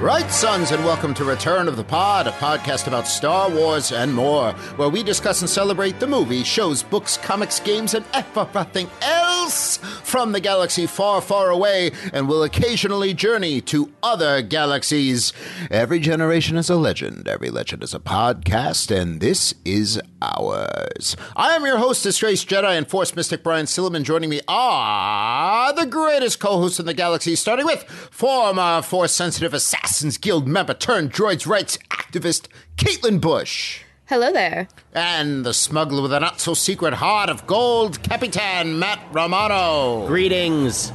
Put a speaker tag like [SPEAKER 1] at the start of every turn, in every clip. [SPEAKER 1] Right, sons, and welcome to Return of the Pod, a podcast about Star Wars and more, where we discuss and celebrate the movies, shows, books, comics, games, and everything else from the galaxy far, far away, and will occasionally journey to other galaxies. Every generation is a legend, every legend is a podcast, and this is ours. I am your host, Disgraced Jedi and Force Mystic Brian Silliman. Joining me are the greatest co hosts in the galaxy, starting with former Force Sensitive Assassins Guild member turned droids rights activist, Caitlin Bush.
[SPEAKER 2] Hello there.
[SPEAKER 1] And the smuggler with a not so secret heart of gold, Capitan Matt Romano.
[SPEAKER 3] Greetings.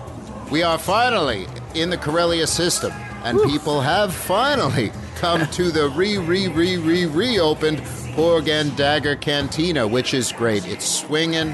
[SPEAKER 1] We are finally in the Corellia system, and people have finally come to the re re re re reopened Porg and Dagger Cantina, which is great. It's swinging.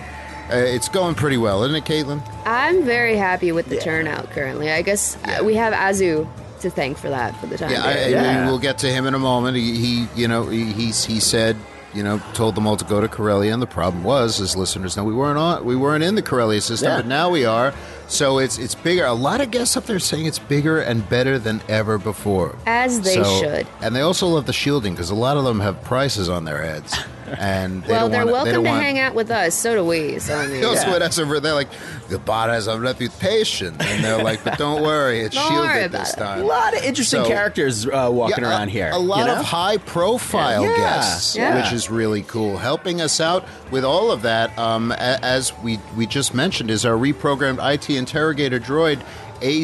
[SPEAKER 1] Uh, it's going pretty well, isn't it, Caitlin?
[SPEAKER 2] I'm very happy with the turnout currently. I guess uh, we have Azu to thank for that for the time.
[SPEAKER 1] Yeah, I,
[SPEAKER 2] being.
[SPEAKER 1] I-
[SPEAKER 3] Yeah.
[SPEAKER 1] we'll get to him in a moment. He, he you know, he, he he said, you know, told them all to go to Corellia, and the problem was, as listeners know, we weren't on, we weren't in the Corellia system,
[SPEAKER 3] Yeah.
[SPEAKER 1] but now we are. So it's it's bigger. A lot of guests up there saying it's bigger and better than ever before.
[SPEAKER 2] As they
[SPEAKER 1] So-
[SPEAKER 2] should.
[SPEAKER 1] And they also love the shielding because a lot of them have prices on their heads, and they
[SPEAKER 2] well,
[SPEAKER 1] don't
[SPEAKER 2] they're
[SPEAKER 1] wanna- they
[SPEAKER 2] welcome
[SPEAKER 1] don't
[SPEAKER 2] to
[SPEAKER 1] want,
[SPEAKER 2] hang out with us. So do we. So I mean,
[SPEAKER 1] They also
[SPEAKER 3] Yeah.
[SPEAKER 1] would have some- They're like, the bot has a reputation, and they're like, but don't worry, it's
[SPEAKER 2] Don't
[SPEAKER 1] shielded
[SPEAKER 2] worry
[SPEAKER 1] this
[SPEAKER 2] about it.
[SPEAKER 1] time.
[SPEAKER 3] A lot of interesting
[SPEAKER 1] So-
[SPEAKER 3] characters uh, walking
[SPEAKER 1] Yeah, a-
[SPEAKER 3] around here.
[SPEAKER 1] A lot
[SPEAKER 3] you know?
[SPEAKER 1] of high profile
[SPEAKER 3] Yeah.
[SPEAKER 1] guests,
[SPEAKER 2] Yeah.
[SPEAKER 1] which is really cool. Helping us out with all of that, um, a- as we, we just mentioned, is our reprogrammed IT interrogator droid,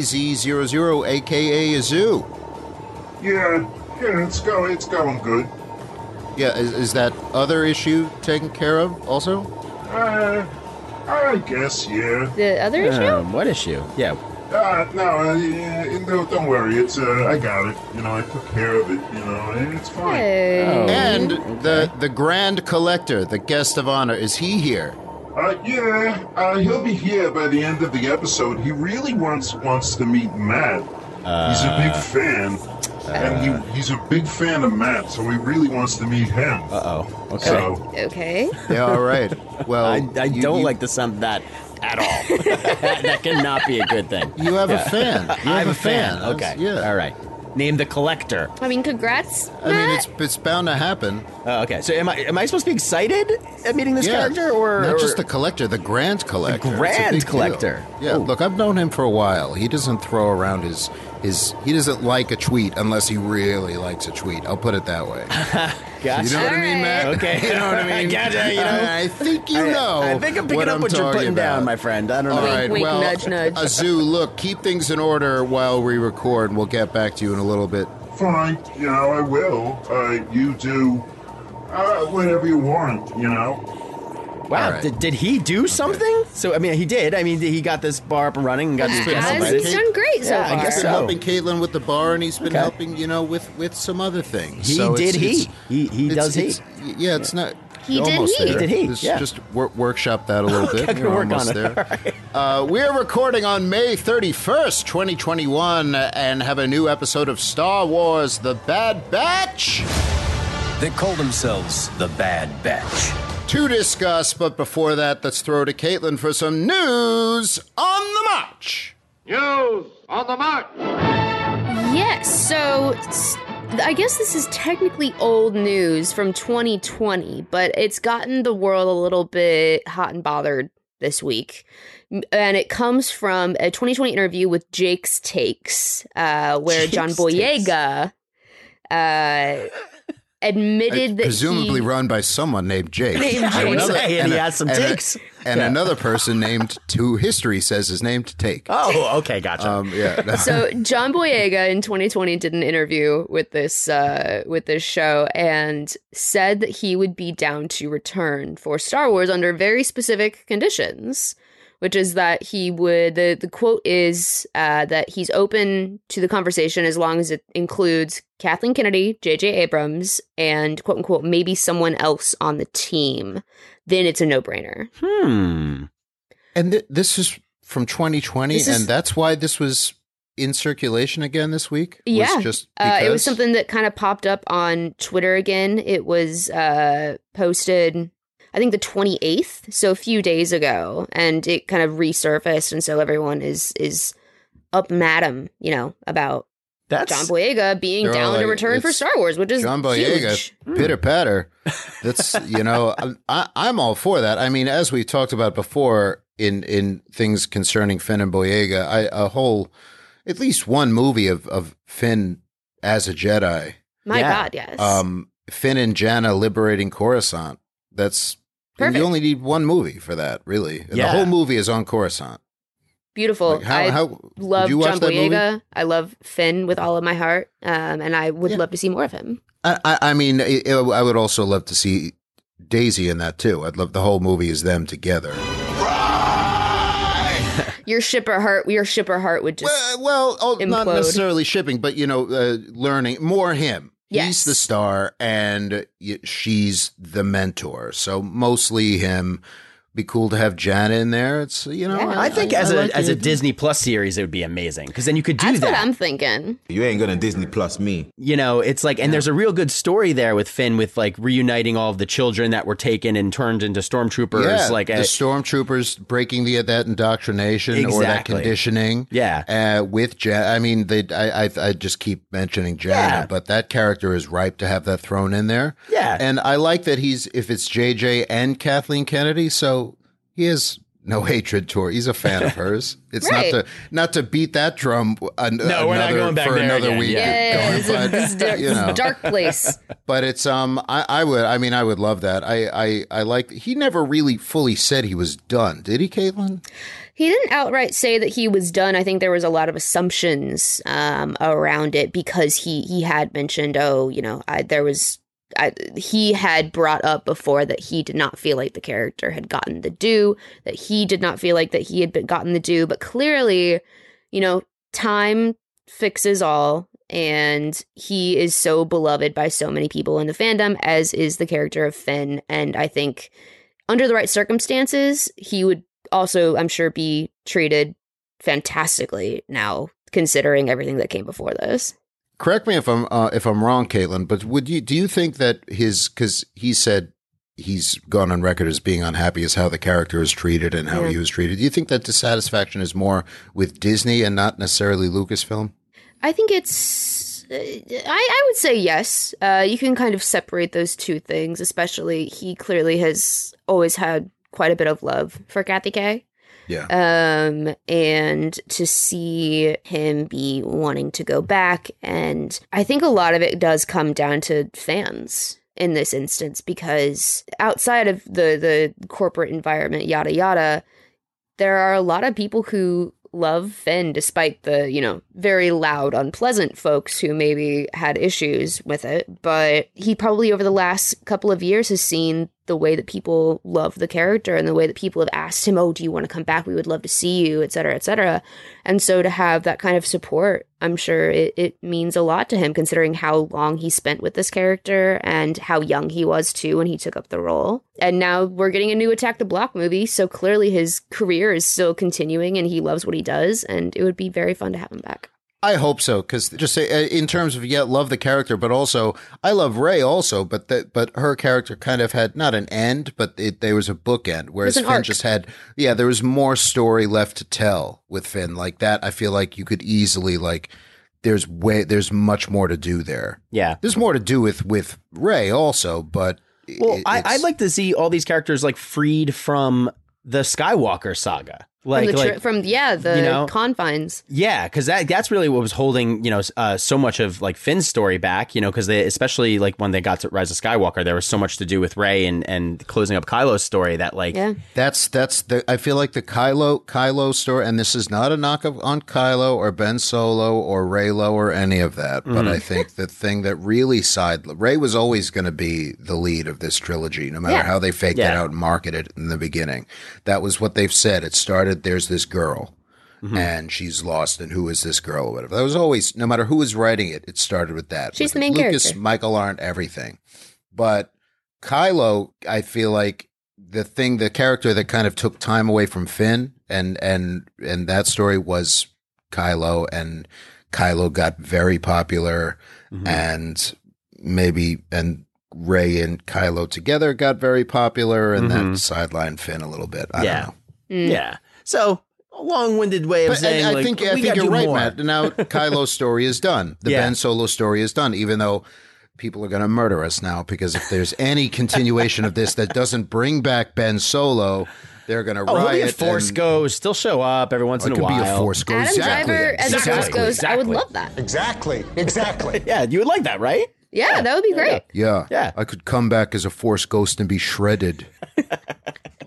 [SPEAKER 1] AZ00, aka Azu.
[SPEAKER 4] Yeah, yeah, it's go, it's going good.
[SPEAKER 1] Yeah, is, is that other issue taken care of also?
[SPEAKER 4] Uh, I guess yeah.
[SPEAKER 2] the other issue.
[SPEAKER 3] Um, what issue? Yeah.
[SPEAKER 4] Uh, no, uh, yeah, no, don't worry. It's uh, I got it. You know, I took care of it. You know, and it's fine.
[SPEAKER 2] Hey.
[SPEAKER 3] Oh.
[SPEAKER 1] And the, the Grand Collector, the guest of honor, is he here?
[SPEAKER 4] Uh, yeah, uh, he'll be here by the end of the episode. He really wants wants to meet Matt. he's a big fan, and he, he's a big fan of Matt, so he really wants to meet him.
[SPEAKER 3] Uh oh. Okay.
[SPEAKER 4] so
[SPEAKER 2] Okay.
[SPEAKER 1] Yeah, all right. Well,
[SPEAKER 3] I, I
[SPEAKER 1] you-
[SPEAKER 3] don't
[SPEAKER 1] you-
[SPEAKER 3] like the sound of that at all. that, that cannot be a good thing.
[SPEAKER 1] You have a fan. You have
[SPEAKER 3] I'm a fan.
[SPEAKER 1] That's-
[SPEAKER 3] Okay.
[SPEAKER 1] Yeah.
[SPEAKER 3] All right. Name the collector.
[SPEAKER 2] I mean, congrats.
[SPEAKER 1] I mean,
[SPEAKER 2] Matt.
[SPEAKER 1] it's it's bound to happen.
[SPEAKER 3] Oh, okay. So am I am I supposed to be excited at meeting this character or
[SPEAKER 1] not
[SPEAKER 3] or-
[SPEAKER 1] just the collector, the grand collector, It's a
[SPEAKER 3] grand
[SPEAKER 1] big deal.
[SPEAKER 3] collector.
[SPEAKER 1] Yeah,
[SPEAKER 3] Ooh.
[SPEAKER 1] look, I've known him for a while. He doesn't throw around his his. He doesn't like a tweet unless he really likes a tweet. I'll put it that way.
[SPEAKER 3] Gotcha.
[SPEAKER 1] You know what I mean,
[SPEAKER 2] All
[SPEAKER 1] Matt?
[SPEAKER 2] right.
[SPEAKER 3] Okay.
[SPEAKER 1] you know what I mean.
[SPEAKER 3] I gotcha, you know.
[SPEAKER 1] I think you
[SPEAKER 3] I-
[SPEAKER 1] know.
[SPEAKER 3] I, think I'm picking
[SPEAKER 1] what
[SPEAKER 3] up
[SPEAKER 1] I'm
[SPEAKER 3] what you're
[SPEAKER 1] talking
[SPEAKER 3] putting down,
[SPEAKER 1] about.
[SPEAKER 3] my friend. I don't
[SPEAKER 1] All
[SPEAKER 3] know.
[SPEAKER 1] right,
[SPEAKER 2] wink,
[SPEAKER 1] well,
[SPEAKER 2] nudge, nudge.
[SPEAKER 1] Azu, look, keep things in order while we record, and we'll get back to you in a little bit.
[SPEAKER 4] fine. You know, I will. Uh, you do. Uh, whatever you want. You know.
[SPEAKER 3] Wow,
[SPEAKER 1] All right.
[SPEAKER 3] did, did he do something? So I mean, he did. I mean, he got this bar up and running and got
[SPEAKER 1] been
[SPEAKER 3] his foot
[SPEAKER 1] Yeah,
[SPEAKER 2] Guys,
[SPEAKER 1] helping
[SPEAKER 3] right?
[SPEAKER 2] it's done great so
[SPEAKER 3] Yeah, I
[SPEAKER 2] far.
[SPEAKER 3] guess
[SPEAKER 1] He's been
[SPEAKER 3] so.
[SPEAKER 1] helping Caitlin with the bar, and he's been
[SPEAKER 3] Okay.
[SPEAKER 1] helping, you know, with with some other things.
[SPEAKER 3] He
[SPEAKER 1] so
[SPEAKER 3] did
[SPEAKER 1] it's,
[SPEAKER 3] he.
[SPEAKER 1] it's-
[SPEAKER 3] He he
[SPEAKER 1] it's-
[SPEAKER 3] does he.
[SPEAKER 1] it's- Yeah, it's not.
[SPEAKER 2] He did
[SPEAKER 1] almost
[SPEAKER 2] he.
[SPEAKER 1] There.
[SPEAKER 3] Did he,
[SPEAKER 1] This-
[SPEAKER 3] yeah.
[SPEAKER 1] Just wor- workshop that a little bit.
[SPEAKER 3] Okay,
[SPEAKER 1] You're
[SPEAKER 3] work on
[SPEAKER 1] almost
[SPEAKER 3] it,
[SPEAKER 1] there. Uh, we're recording on May 31st, 2021, and have a new episode of Star Wars The Bad Batch.
[SPEAKER 5] They call themselves the Bad Batch.
[SPEAKER 1] to discuss. But before that, let's throw to Caitlin for some news on the march.
[SPEAKER 2] Yes, so s- I guess this is technically old news from 2020, but it's gotten the world a little bit hot and bothered this week. M- And it comes from a 2020 interview with Jake's Takes, uh, where
[SPEAKER 3] Jake's
[SPEAKER 2] John
[SPEAKER 3] Takes.
[SPEAKER 2] Boyega uh, admitted that
[SPEAKER 1] Presumably
[SPEAKER 2] he,
[SPEAKER 1] run by someone named Jake.
[SPEAKER 2] Named
[SPEAKER 1] And
[SPEAKER 2] Jake.
[SPEAKER 1] another-
[SPEAKER 3] Hey, and he
[SPEAKER 1] a-
[SPEAKER 3] has some
[SPEAKER 1] and a-
[SPEAKER 3] takes.
[SPEAKER 1] And
[SPEAKER 3] Yeah.
[SPEAKER 1] another person named, to history says, is named Take.
[SPEAKER 3] Oh, okay, gotcha.
[SPEAKER 1] Um, yeah. no.
[SPEAKER 2] so John Boyega in 2020 did an interview with this uh, with this show and said that he would be down to return for Star Wars under very specific conditions, which is that he would the the quote is uh, that he's open to the conversation as long as it includes Kathleen Kennedy, J.J. Abrams, and quote unquote maybe someone else on the team. Then it's a no brainer.
[SPEAKER 3] Hmm.
[SPEAKER 1] And th- this is from 2020,
[SPEAKER 2] This is-
[SPEAKER 1] and that's why this was in circulation again this week. was
[SPEAKER 2] Yeah.
[SPEAKER 1] just
[SPEAKER 2] Uh, it
[SPEAKER 1] because?
[SPEAKER 2] was something that kind of popped up on Twitter again. It was uh, posted, I think, the twenty eighth, so a few days ago, and it kind of resurfaced, and so everyone is is up, madam, you know, about
[SPEAKER 3] That's
[SPEAKER 2] John Boyega being
[SPEAKER 1] They're all
[SPEAKER 2] down to
[SPEAKER 1] like,
[SPEAKER 2] return for
[SPEAKER 1] it's
[SPEAKER 2] Star Wars, which is
[SPEAKER 1] John Boyega,
[SPEAKER 2] huge. Mm.
[SPEAKER 1] pitter patter. That's you know, I'm- I, I'm all for that. I mean, as we talked about before in in things concerning Finn and Boyega, I, a whole, at least one movie of of Finn as a Jedi,
[SPEAKER 2] My
[SPEAKER 3] Yeah.
[SPEAKER 2] God, yes.
[SPEAKER 1] um, Finn and Janna liberating Coruscant. That's
[SPEAKER 2] Perfect.
[SPEAKER 1] you only need one movie for that, really. And
[SPEAKER 3] Yeah.
[SPEAKER 1] The whole movie is on Coruscant.
[SPEAKER 2] Beautiful.
[SPEAKER 1] Like, how,
[SPEAKER 2] I
[SPEAKER 1] how did
[SPEAKER 2] love
[SPEAKER 1] you watch
[SPEAKER 2] John
[SPEAKER 1] that movie?
[SPEAKER 2] Boyega. I love Finn with all of my heart, um, and I would love to see more of him.
[SPEAKER 1] I, I- I mean, i I would also love to see Daisy in that too. I'd love the whole movie is them together.
[SPEAKER 2] Your shipper heart, your shipper heart would just
[SPEAKER 1] Well, well oh, not
[SPEAKER 2] implode.
[SPEAKER 1] necessarily shipping, but you know, uh, learning more him.
[SPEAKER 2] Yes.
[SPEAKER 1] He's the star, and y- she's the mentor. So mostly him. Be cool to have Jana in there. It's you know,
[SPEAKER 2] Yeah.
[SPEAKER 3] I think as a
[SPEAKER 1] like
[SPEAKER 3] as a
[SPEAKER 1] it.
[SPEAKER 3] Disney Plus series, it would be amazing because then you could do
[SPEAKER 2] That's
[SPEAKER 3] that.
[SPEAKER 2] what I'm thinking.
[SPEAKER 6] You ain't gonna Disney Plus me.
[SPEAKER 3] you know, it's like, and there's a real good story there with Finn with like reuniting all of the children that were taken and turned into stormtroopers.
[SPEAKER 1] yeah,
[SPEAKER 3] like,
[SPEAKER 1] the
[SPEAKER 3] uh,
[SPEAKER 1] stormtroopers breaking the that indoctrination or that
[SPEAKER 3] Exactly.
[SPEAKER 1] conditioning.
[SPEAKER 3] yeah,
[SPEAKER 1] uh, with Jan. I mean, they. I, I I just keep mentioning Jana,
[SPEAKER 3] Yeah.
[SPEAKER 1] but that character is ripe to have that thrown in there.
[SPEAKER 3] yeah,
[SPEAKER 1] And I like that he's if it's JJ and Kathleen Kennedy, so he has no hatred toward. He's a fan of hers. It's
[SPEAKER 2] Right.
[SPEAKER 1] not to not to beat that drum. An,
[SPEAKER 3] No, we're not
[SPEAKER 1] another-
[SPEAKER 3] going back
[SPEAKER 1] for
[SPEAKER 3] there
[SPEAKER 1] another
[SPEAKER 3] again.
[SPEAKER 1] week.
[SPEAKER 3] Yeah.
[SPEAKER 2] Yeah,
[SPEAKER 1] going,
[SPEAKER 2] this, is,
[SPEAKER 1] but,
[SPEAKER 2] this is dark,
[SPEAKER 1] you know.
[SPEAKER 2] dark place.
[SPEAKER 1] But it's um, I, I would. I mean, I would love that. I I I like. He never really fully said he was done, did he, Caitlin?
[SPEAKER 2] He didn't outright say that he was done. I think there was a lot of assumptions um, around it because he he had mentioned, oh, you know, I, there was. I, he had brought up before that he did not feel like the character had gotten the due, that he did not feel like that he had been gotten the due, but clearly, you know, time fixes all, and he is so beloved by so many people in the fandom, as is the character of Finn. And I think under the right circumstances, he would also, I'm sure, be treated fantastically now, considering everything that came before this.
[SPEAKER 1] Correct me if I'm uh, if I'm wrong, Caitlin. But would you do you think that his because he said he's gone on record as being unhappy as how the character is treated and how
[SPEAKER 2] Yeah.
[SPEAKER 1] he was treated? Do you think that dissatisfaction is more with Disney and not necessarily Lucasfilm?
[SPEAKER 2] I think it's. uh, I, I would say yes. Uh, you can kind of separate those two things, especially he clearly has always had quite a bit of love for Kathy Kay.
[SPEAKER 1] Yeah.
[SPEAKER 2] Um, and to see him be wanting to go back. And I think a lot of it does come down to fans in this instance because outside of the the corporate environment yada yada there are a lot of people who love Finn despite the, you know, very loud, unpleasant folks who maybe had issues with it. But he probably over the last couple of years has seen the way that people love the character and the way that people have asked him, Oh, do you want to come back? We would love to see you, et cetera, et cetera. And so to have that kind of support, I'm sure it, it means a lot to him considering how long he spent with this character and how young he was too when he took up the role. And now we're getting a new Attack the Block movie, so clearly his career is still continuing and he loves what he does, and it would be very fun to have him back.
[SPEAKER 1] I hope so because just say, uh, in terms of yeah, love the character, but also I love Ray also, but that but her character kind of had not an end, but it, there was a bookend. Whereas
[SPEAKER 2] an
[SPEAKER 1] Finn
[SPEAKER 2] arc.
[SPEAKER 1] just had yeah, there was more story left to tell with Finn like that. I feel like you could easily like there's way there's much more to do there.
[SPEAKER 3] yeah.
[SPEAKER 1] There's more to do with with Ray also, but
[SPEAKER 3] Well,
[SPEAKER 1] it-
[SPEAKER 3] I,
[SPEAKER 1] it's-
[SPEAKER 3] I'd like to see all these characters like freed from the Skywalker saga. Like,
[SPEAKER 2] from the
[SPEAKER 3] like
[SPEAKER 2] tri- from yeah, the
[SPEAKER 3] you know-
[SPEAKER 2] confines.
[SPEAKER 3] yeah, because that that's really what was holding you know s- uh, so much of like Finn's story back. You know, because they especially like when they got to Rise of Skywalker, there was so much to do with Ray and and closing up Kylo's story that like
[SPEAKER 2] Yeah.
[SPEAKER 1] That's that's the I feel like the Kylo Kylo story, and this is not a knock of, on Kylo or Ben Solo or Raylo or any of that. But I think the thing that really side Ray was always going to be the lead of this trilogy, no matter
[SPEAKER 2] Yeah.
[SPEAKER 1] how they faked it
[SPEAKER 3] Yeah.
[SPEAKER 1] out and marketed it in the beginning. That was what they've said. It started started, there's this girl
[SPEAKER 2] Mm-hmm.
[SPEAKER 1] and she's lost, and who is this girl or whatever. That was always, no matter who was writing it, it started with that. with
[SPEAKER 2] She's the main
[SPEAKER 1] Lucas,
[SPEAKER 2] character.
[SPEAKER 1] Michael aren't everything. But Kylo, I feel like the thing, the character that kind of took time away from Finn and and and that story was Kylo, and Kylo got very popular,
[SPEAKER 2] Mm-hmm.
[SPEAKER 1] and maybe and Ray and Kylo together got very popular, and
[SPEAKER 2] Mm-hmm.
[SPEAKER 1] then sidelined Finn a little bit. I
[SPEAKER 3] Yeah.
[SPEAKER 1] don't know.
[SPEAKER 2] Hmm. Mm.
[SPEAKER 3] Yeah. So a long-winded way of
[SPEAKER 1] But
[SPEAKER 3] saying,
[SPEAKER 1] I, I
[SPEAKER 3] like,
[SPEAKER 1] think
[SPEAKER 3] we
[SPEAKER 1] I think
[SPEAKER 3] gotta
[SPEAKER 1] you're
[SPEAKER 3] do
[SPEAKER 1] right,
[SPEAKER 3] more.
[SPEAKER 1] Matt. Now Kylo's story is done. The
[SPEAKER 3] Yeah.
[SPEAKER 1] Ben Solo story is done, even though people are going to murder us now because if there's any continuation of this that doesn't bring back Ben Solo, they're going to
[SPEAKER 3] Oh, he'll
[SPEAKER 1] riot.
[SPEAKER 3] be a force
[SPEAKER 1] and- Oh,
[SPEAKER 3] ghost. Still show up every once
[SPEAKER 1] It
[SPEAKER 3] in
[SPEAKER 1] could
[SPEAKER 3] a while.
[SPEAKER 1] be a force ghost.
[SPEAKER 2] Adam
[SPEAKER 1] exactly.
[SPEAKER 2] Driver as a Force
[SPEAKER 3] Exactly,
[SPEAKER 2] Ghost. I would
[SPEAKER 3] exactly.
[SPEAKER 2] love that.
[SPEAKER 7] Exactly. Exactly.
[SPEAKER 3] Yeah, you would like that, right?
[SPEAKER 2] Yeah, that would be great.
[SPEAKER 1] Yeah.
[SPEAKER 3] Yeah.
[SPEAKER 1] I could come back as a force ghost and be shredded.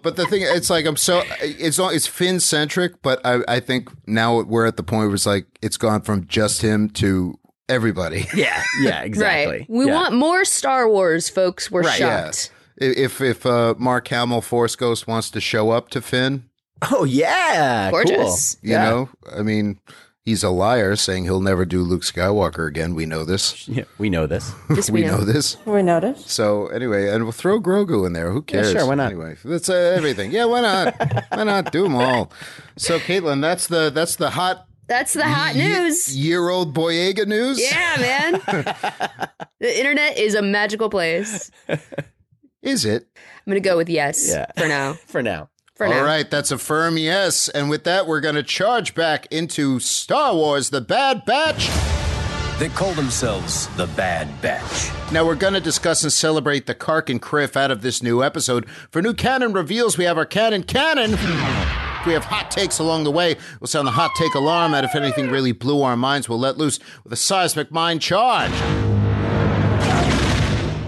[SPEAKER 1] but the thing it's like I'm so it's all it's Finn centric, but I, I think now we're at the point where it's like it's gone from just him to everybody.
[SPEAKER 3] Yeah, yeah, exactly.
[SPEAKER 2] Right. We
[SPEAKER 3] Yeah.
[SPEAKER 2] want more Star Wars, folks. We're
[SPEAKER 3] Right, yeah.
[SPEAKER 2] shocked.
[SPEAKER 1] If if uh, Mark Hamill Force Ghost wants to show up to Finn,
[SPEAKER 3] Oh yeah,
[SPEAKER 2] Gorgeous.
[SPEAKER 3] Cool.
[SPEAKER 1] you know, I mean, he's a liar saying he'll never do Luke Skywalker again. We know this.
[SPEAKER 3] Yeah, we know this.
[SPEAKER 2] This
[SPEAKER 1] We
[SPEAKER 2] we
[SPEAKER 1] know
[SPEAKER 2] know.
[SPEAKER 1] this.
[SPEAKER 8] We noticed.
[SPEAKER 1] So anyway, and we'll throw Grogu in there. Who
[SPEAKER 3] Yeah,
[SPEAKER 1] cares?
[SPEAKER 3] sure, why not?
[SPEAKER 1] Anyway, that's uh, everything. Yeah, why not? why not do them all? So Caitlin, that's the that's the hot
[SPEAKER 2] That's the hot news.
[SPEAKER 1] year old Boyega news.
[SPEAKER 2] Yeah, man. the internet is a magical place.
[SPEAKER 1] is it?
[SPEAKER 2] I'm gonna go with yes
[SPEAKER 3] Yeah.
[SPEAKER 2] for now.
[SPEAKER 3] For now.
[SPEAKER 2] For
[SPEAKER 1] All
[SPEAKER 2] now.
[SPEAKER 1] right, that's a firm yes. And with that, we're going to charge back into Star Wars: The Bad Batch.
[SPEAKER 5] They call themselves the Bad Batch.
[SPEAKER 1] Now we're going to discuss and celebrate the Kark and Criff out of this new episode. For new canon reveals, we have our canon canon. We have hot takes along the way. We'll sound the hot take alarm out if anything really blew our minds. We'll let loose with a seismic mind charge.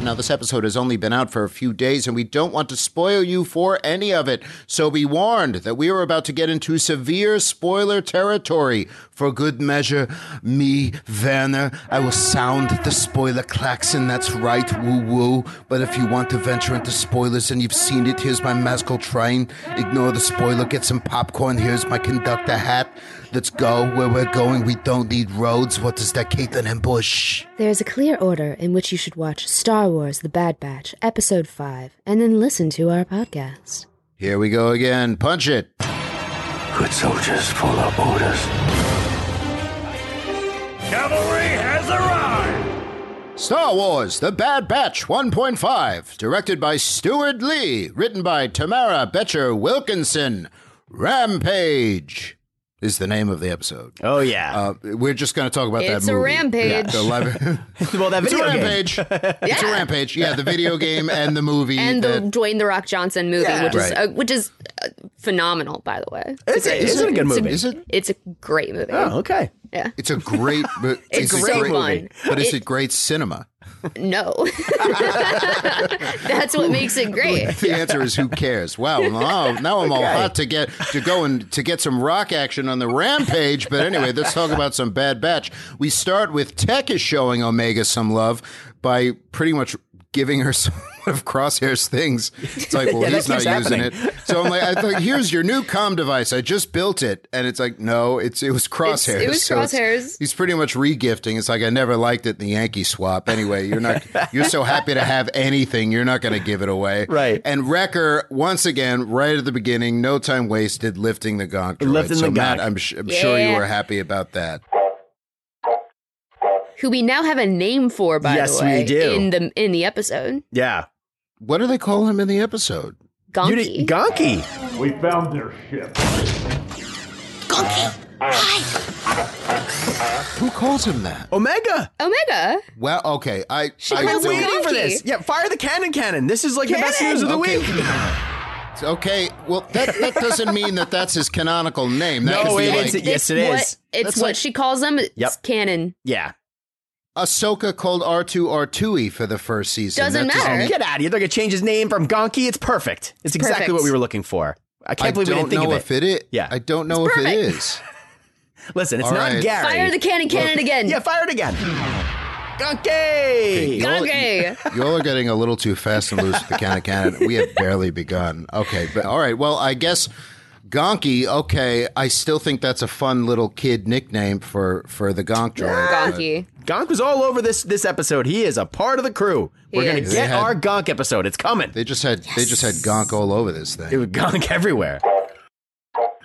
[SPEAKER 1] Now, this episode has only been out for a few days, and we don't want to spoil you for any of it. So be warned that we are about to get into severe spoiler territory. For good measure, me, Werner, I will sound the spoiler klaxon. That's right, woo woo. But if you want to venture into spoilers and you've seen it, here's my magical train. Ignore the spoiler, get some popcorn. Here's my conductor hat. Let's go where we're going. We don't need roads. What is that, Caitlin and Bush?
[SPEAKER 2] There is a clear order in which you should watch Star Wars The Bad Batch, Episode 5, and then listen to our podcast.
[SPEAKER 1] Here we go again. Punch it.
[SPEAKER 5] Good soldiers follow orders. Cavalry has arrived!
[SPEAKER 1] Star Wars The Bad Batch 1.5, directed by Stuart Lee, written by Tamara Betcher Wilkinson. Rampage is the name of the episode.
[SPEAKER 3] Oh yeah.
[SPEAKER 1] Uh, we're just going to talk about
[SPEAKER 2] It's
[SPEAKER 1] that
[SPEAKER 2] a
[SPEAKER 1] movie.
[SPEAKER 2] rampage.
[SPEAKER 1] Yeah, the live-
[SPEAKER 3] well, that
[SPEAKER 1] it's a
[SPEAKER 3] video game.
[SPEAKER 1] rampage. It's a rampage. Yeah, the video game and the movie.
[SPEAKER 2] And the
[SPEAKER 1] that-
[SPEAKER 2] Dwayne the Rock Johnson movie,
[SPEAKER 3] Yeah.
[SPEAKER 2] which is
[SPEAKER 1] Right.
[SPEAKER 2] uh, which is uh, phenomenal, by the way.
[SPEAKER 3] It's, a, it's a good movie.
[SPEAKER 1] is it?
[SPEAKER 2] It's a great movie.
[SPEAKER 3] Oh, okay.
[SPEAKER 1] It's a great. It's,
[SPEAKER 2] It's
[SPEAKER 1] a
[SPEAKER 2] so
[SPEAKER 1] great
[SPEAKER 2] fun.
[SPEAKER 1] But is
[SPEAKER 2] It-
[SPEAKER 1] it great cinema?
[SPEAKER 2] No, that's what makes it great.
[SPEAKER 1] The answer is who cares? Wow, now, now I'm all hot to get to go and to get some rock action on the rampage. But anyway, let's talk about some bad batch. We start with Tech is showing Omega some love by pretty much giving her some of Crosshair's things. It's like, well,
[SPEAKER 3] Yeah, that
[SPEAKER 1] he's not
[SPEAKER 3] keeps
[SPEAKER 1] using
[SPEAKER 3] happening.
[SPEAKER 1] it. So I'm like, I thought, here's your new comm device. I just built it, and it's like, no, it's it was Crosshairs.
[SPEAKER 2] it was
[SPEAKER 1] So it's-
[SPEAKER 2] Crosshairs.
[SPEAKER 1] He's pretty much regifting. It's like I never liked it in the Yankee swap. Anyway, you're not you're so happy to have anything, you're not going to give it away.
[SPEAKER 3] Right.
[SPEAKER 1] And Wrecker once again, right at the beginning, no time wasted, lifting the gonk. droid.
[SPEAKER 3] Lifting
[SPEAKER 1] so
[SPEAKER 3] the
[SPEAKER 1] Matt,
[SPEAKER 3] gonk.
[SPEAKER 1] I'm, sh- I'm sure you
[SPEAKER 2] Yeah.
[SPEAKER 1] were happy about that.
[SPEAKER 2] Who we now have a name for, by
[SPEAKER 3] Yes,
[SPEAKER 2] the
[SPEAKER 3] we
[SPEAKER 2] way,
[SPEAKER 3] do.
[SPEAKER 2] in the in the episode.
[SPEAKER 3] Yeah.
[SPEAKER 1] What do they call him in the episode?
[SPEAKER 3] You
[SPEAKER 2] Gonki.
[SPEAKER 3] did, Gonky.
[SPEAKER 9] We found their ship.
[SPEAKER 1] Who calls him that?
[SPEAKER 3] Omega.
[SPEAKER 2] Omega.
[SPEAKER 1] Well, okay, I
[SPEAKER 2] She
[SPEAKER 1] I
[SPEAKER 2] calls
[SPEAKER 1] don't-
[SPEAKER 2] him
[SPEAKER 3] Waiting for
[SPEAKER 2] Gonky.
[SPEAKER 3] this. Yeah. Fire the cannon, cannon. This is like the best
[SPEAKER 2] Cannon!
[SPEAKER 3] news of the
[SPEAKER 1] Okay.
[SPEAKER 3] week.
[SPEAKER 1] Okay, well that, that doesn't mean that that's his canonical name. That
[SPEAKER 3] No,
[SPEAKER 1] could be
[SPEAKER 3] it
[SPEAKER 1] like
[SPEAKER 3] isn't. Yes, it
[SPEAKER 2] it's what,
[SPEAKER 3] is.
[SPEAKER 2] It's
[SPEAKER 1] That's
[SPEAKER 2] what
[SPEAKER 1] like-
[SPEAKER 2] she calls them. It's
[SPEAKER 3] Yep.
[SPEAKER 2] canon.
[SPEAKER 3] Yeah.
[SPEAKER 1] Ahsoka called R2 R2E E for the first season.
[SPEAKER 2] Doesn't
[SPEAKER 1] That
[SPEAKER 2] matter.
[SPEAKER 3] Get out of here. They're gonna change his name from Gonky. It's perfect. It's exactly
[SPEAKER 2] perfect.
[SPEAKER 3] what we were looking for. I can't
[SPEAKER 1] I
[SPEAKER 3] believe we
[SPEAKER 1] don't
[SPEAKER 3] didn't think
[SPEAKER 1] know
[SPEAKER 3] of
[SPEAKER 1] if it is.
[SPEAKER 3] Yeah.
[SPEAKER 1] I don't know if it
[SPEAKER 2] perfect.
[SPEAKER 1] is.
[SPEAKER 3] Listen, it's
[SPEAKER 1] All
[SPEAKER 3] not
[SPEAKER 1] right.
[SPEAKER 3] Gary.
[SPEAKER 2] Fire the cannon, cannon again.
[SPEAKER 3] Yeah, fire it again. Gonky.
[SPEAKER 1] Y'all-
[SPEAKER 2] Gonki.
[SPEAKER 1] Y'all are getting a little too fast and loose with the can of Canada. We have barely begun. Okay, but all right. Well, I guess Gonky, okay, I still think that's a fun little kid nickname for for the Gonk droid.
[SPEAKER 2] Gonky.
[SPEAKER 3] Gonk was all over this this episode. He is a part of the crew. We're
[SPEAKER 2] He
[SPEAKER 3] gonna
[SPEAKER 2] is.
[SPEAKER 3] get
[SPEAKER 1] They had-
[SPEAKER 3] our Gonk episode. It's coming.
[SPEAKER 1] They just had they just had Gonk all over this
[SPEAKER 3] It
[SPEAKER 1] thing.
[SPEAKER 3] was Gonk everywhere.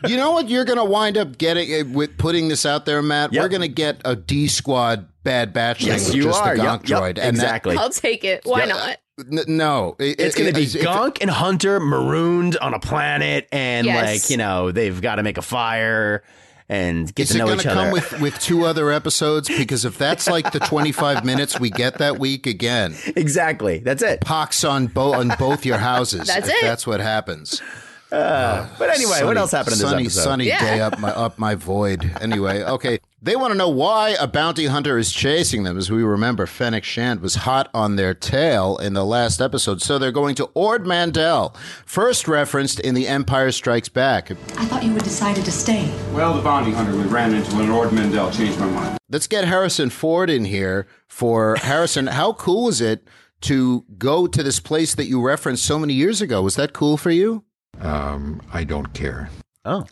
[SPEAKER 1] You know what? You're gonna wind up getting uh, with putting this out there, Matt.
[SPEAKER 3] Yep.
[SPEAKER 1] We're gonna get a D Squad Bad Batch thing
[SPEAKER 3] Yes,
[SPEAKER 1] with
[SPEAKER 3] you
[SPEAKER 1] just
[SPEAKER 3] are.
[SPEAKER 1] the
[SPEAKER 3] Yep,
[SPEAKER 1] Gonk
[SPEAKER 3] yep,
[SPEAKER 1] droid, and that-
[SPEAKER 3] exactly.
[SPEAKER 2] I'll take it. Why not?
[SPEAKER 1] N- no, it-
[SPEAKER 3] it's going
[SPEAKER 1] it-
[SPEAKER 3] to be
[SPEAKER 1] it-
[SPEAKER 3] Gonk and Hunter marooned on a planet, and
[SPEAKER 2] Yes.
[SPEAKER 3] like you know, they've got to make a fire and get
[SPEAKER 1] Is
[SPEAKER 3] to
[SPEAKER 1] it
[SPEAKER 3] know
[SPEAKER 1] going
[SPEAKER 3] each
[SPEAKER 1] to come
[SPEAKER 3] other.
[SPEAKER 1] with, with two other episodes? Because if that's like the 25 minutes we get that week again,
[SPEAKER 3] exactly, that's it.
[SPEAKER 1] pox on, bo- on both your houses.
[SPEAKER 2] That's
[SPEAKER 1] if
[SPEAKER 2] it.
[SPEAKER 1] That's what happens.
[SPEAKER 3] But anyway, what
[SPEAKER 1] Sunny-
[SPEAKER 3] else happened in this
[SPEAKER 1] sunny,
[SPEAKER 3] episode?
[SPEAKER 1] Sunny
[SPEAKER 2] Yeah.
[SPEAKER 1] day up my up my void. Anyway, okay. They want to know why a bounty hunter is chasing them. As we remember, Fennec Shand was hot on their tail in the last episode. So they're going to Ord Mandel, first referenced in The Empire Strikes Back.
[SPEAKER 7] I thought you had decided to stay.
[SPEAKER 10] Well, the bounty hunter we ran into in Ord Mendel changed my mind.
[SPEAKER 1] Let's get Harrison Ford in here for Harrison. How cool is it to go to this place that you referenced so many years ago? Was that cool for you?
[SPEAKER 8] Um, I don't care.
[SPEAKER 3] Oh,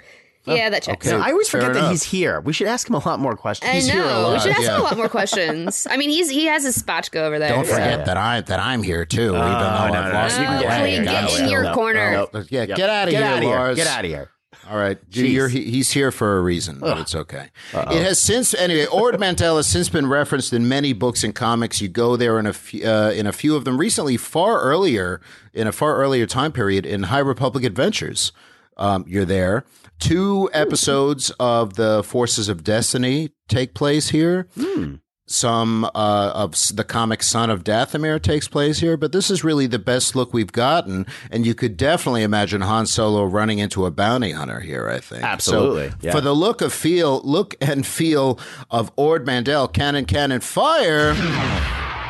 [SPEAKER 2] Yeah, that checks.
[SPEAKER 3] no, I always
[SPEAKER 1] fair
[SPEAKER 3] forget that
[SPEAKER 1] enough.
[SPEAKER 3] he's here. We should ask him a lot more questions.
[SPEAKER 2] I
[SPEAKER 3] he's here a
[SPEAKER 2] know. We
[SPEAKER 3] lot.
[SPEAKER 2] should ask
[SPEAKER 1] yeah.
[SPEAKER 2] him a lot more questions. I mean, he's he has his spatchka over there.
[SPEAKER 1] Don't
[SPEAKER 2] so-
[SPEAKER 1] forget that I that I'm here too, even though I've
[SPEAKER 3] Oh, no, no,
[SPEAKER 1] lost
[SPEAKER 3] no,
[SPEAKER 1] my
[SPEAKER 3] you can
[SPEAKER 1] way.
[SPEAKER 2] Please
[SPEAKER 3] Yeah,
[SPEAKER 2] get
[SPEAKER 3] yeah,
[SPEAKER 2] in
[SPEAKER 3] yeah,
[SPEAKER 2] your
[SPEAKER 3] yeah.
[SPEAKER 2] corner.
[SPEAKER 3] Oh, no.
[SPEAKER 1] Yeah,
[SPEAKER 3] Yep.
[SPEAKER 1] get out of
[SPEAKER 3] Get
[SPEAKER 1] here,
[SPEAKER 3] out of here.
[SPEAKER 1] Lars.
[SPEAKER 3] Get out of here.
[SPEAKER 1] All right, dude,
[SPEAKER 3] Jeez.
[SPEAKER 1] you're, he- he's here for a reason, but it's okay. It has since anyway. Ord Mantell has since been referenced in many books and comics. You go there in a f- uh, in a few of them recently, far earlier in a far earlier time period in High Republic Adventures. Um, you're there. Two episodes of the Forces of Destiny take place here. Some uh, of s- the comic Son of Dathomir takes place here, but this is really the best look we've gotten. And you could definitely imagine Han Solo running into a bounty hunter here, I think. So,
[SPEAKER 3] Absolutely, yeah.
[SPEAKER 1] For the look of feel, look and feel of Ord Mandel, cannon, cannon, fire.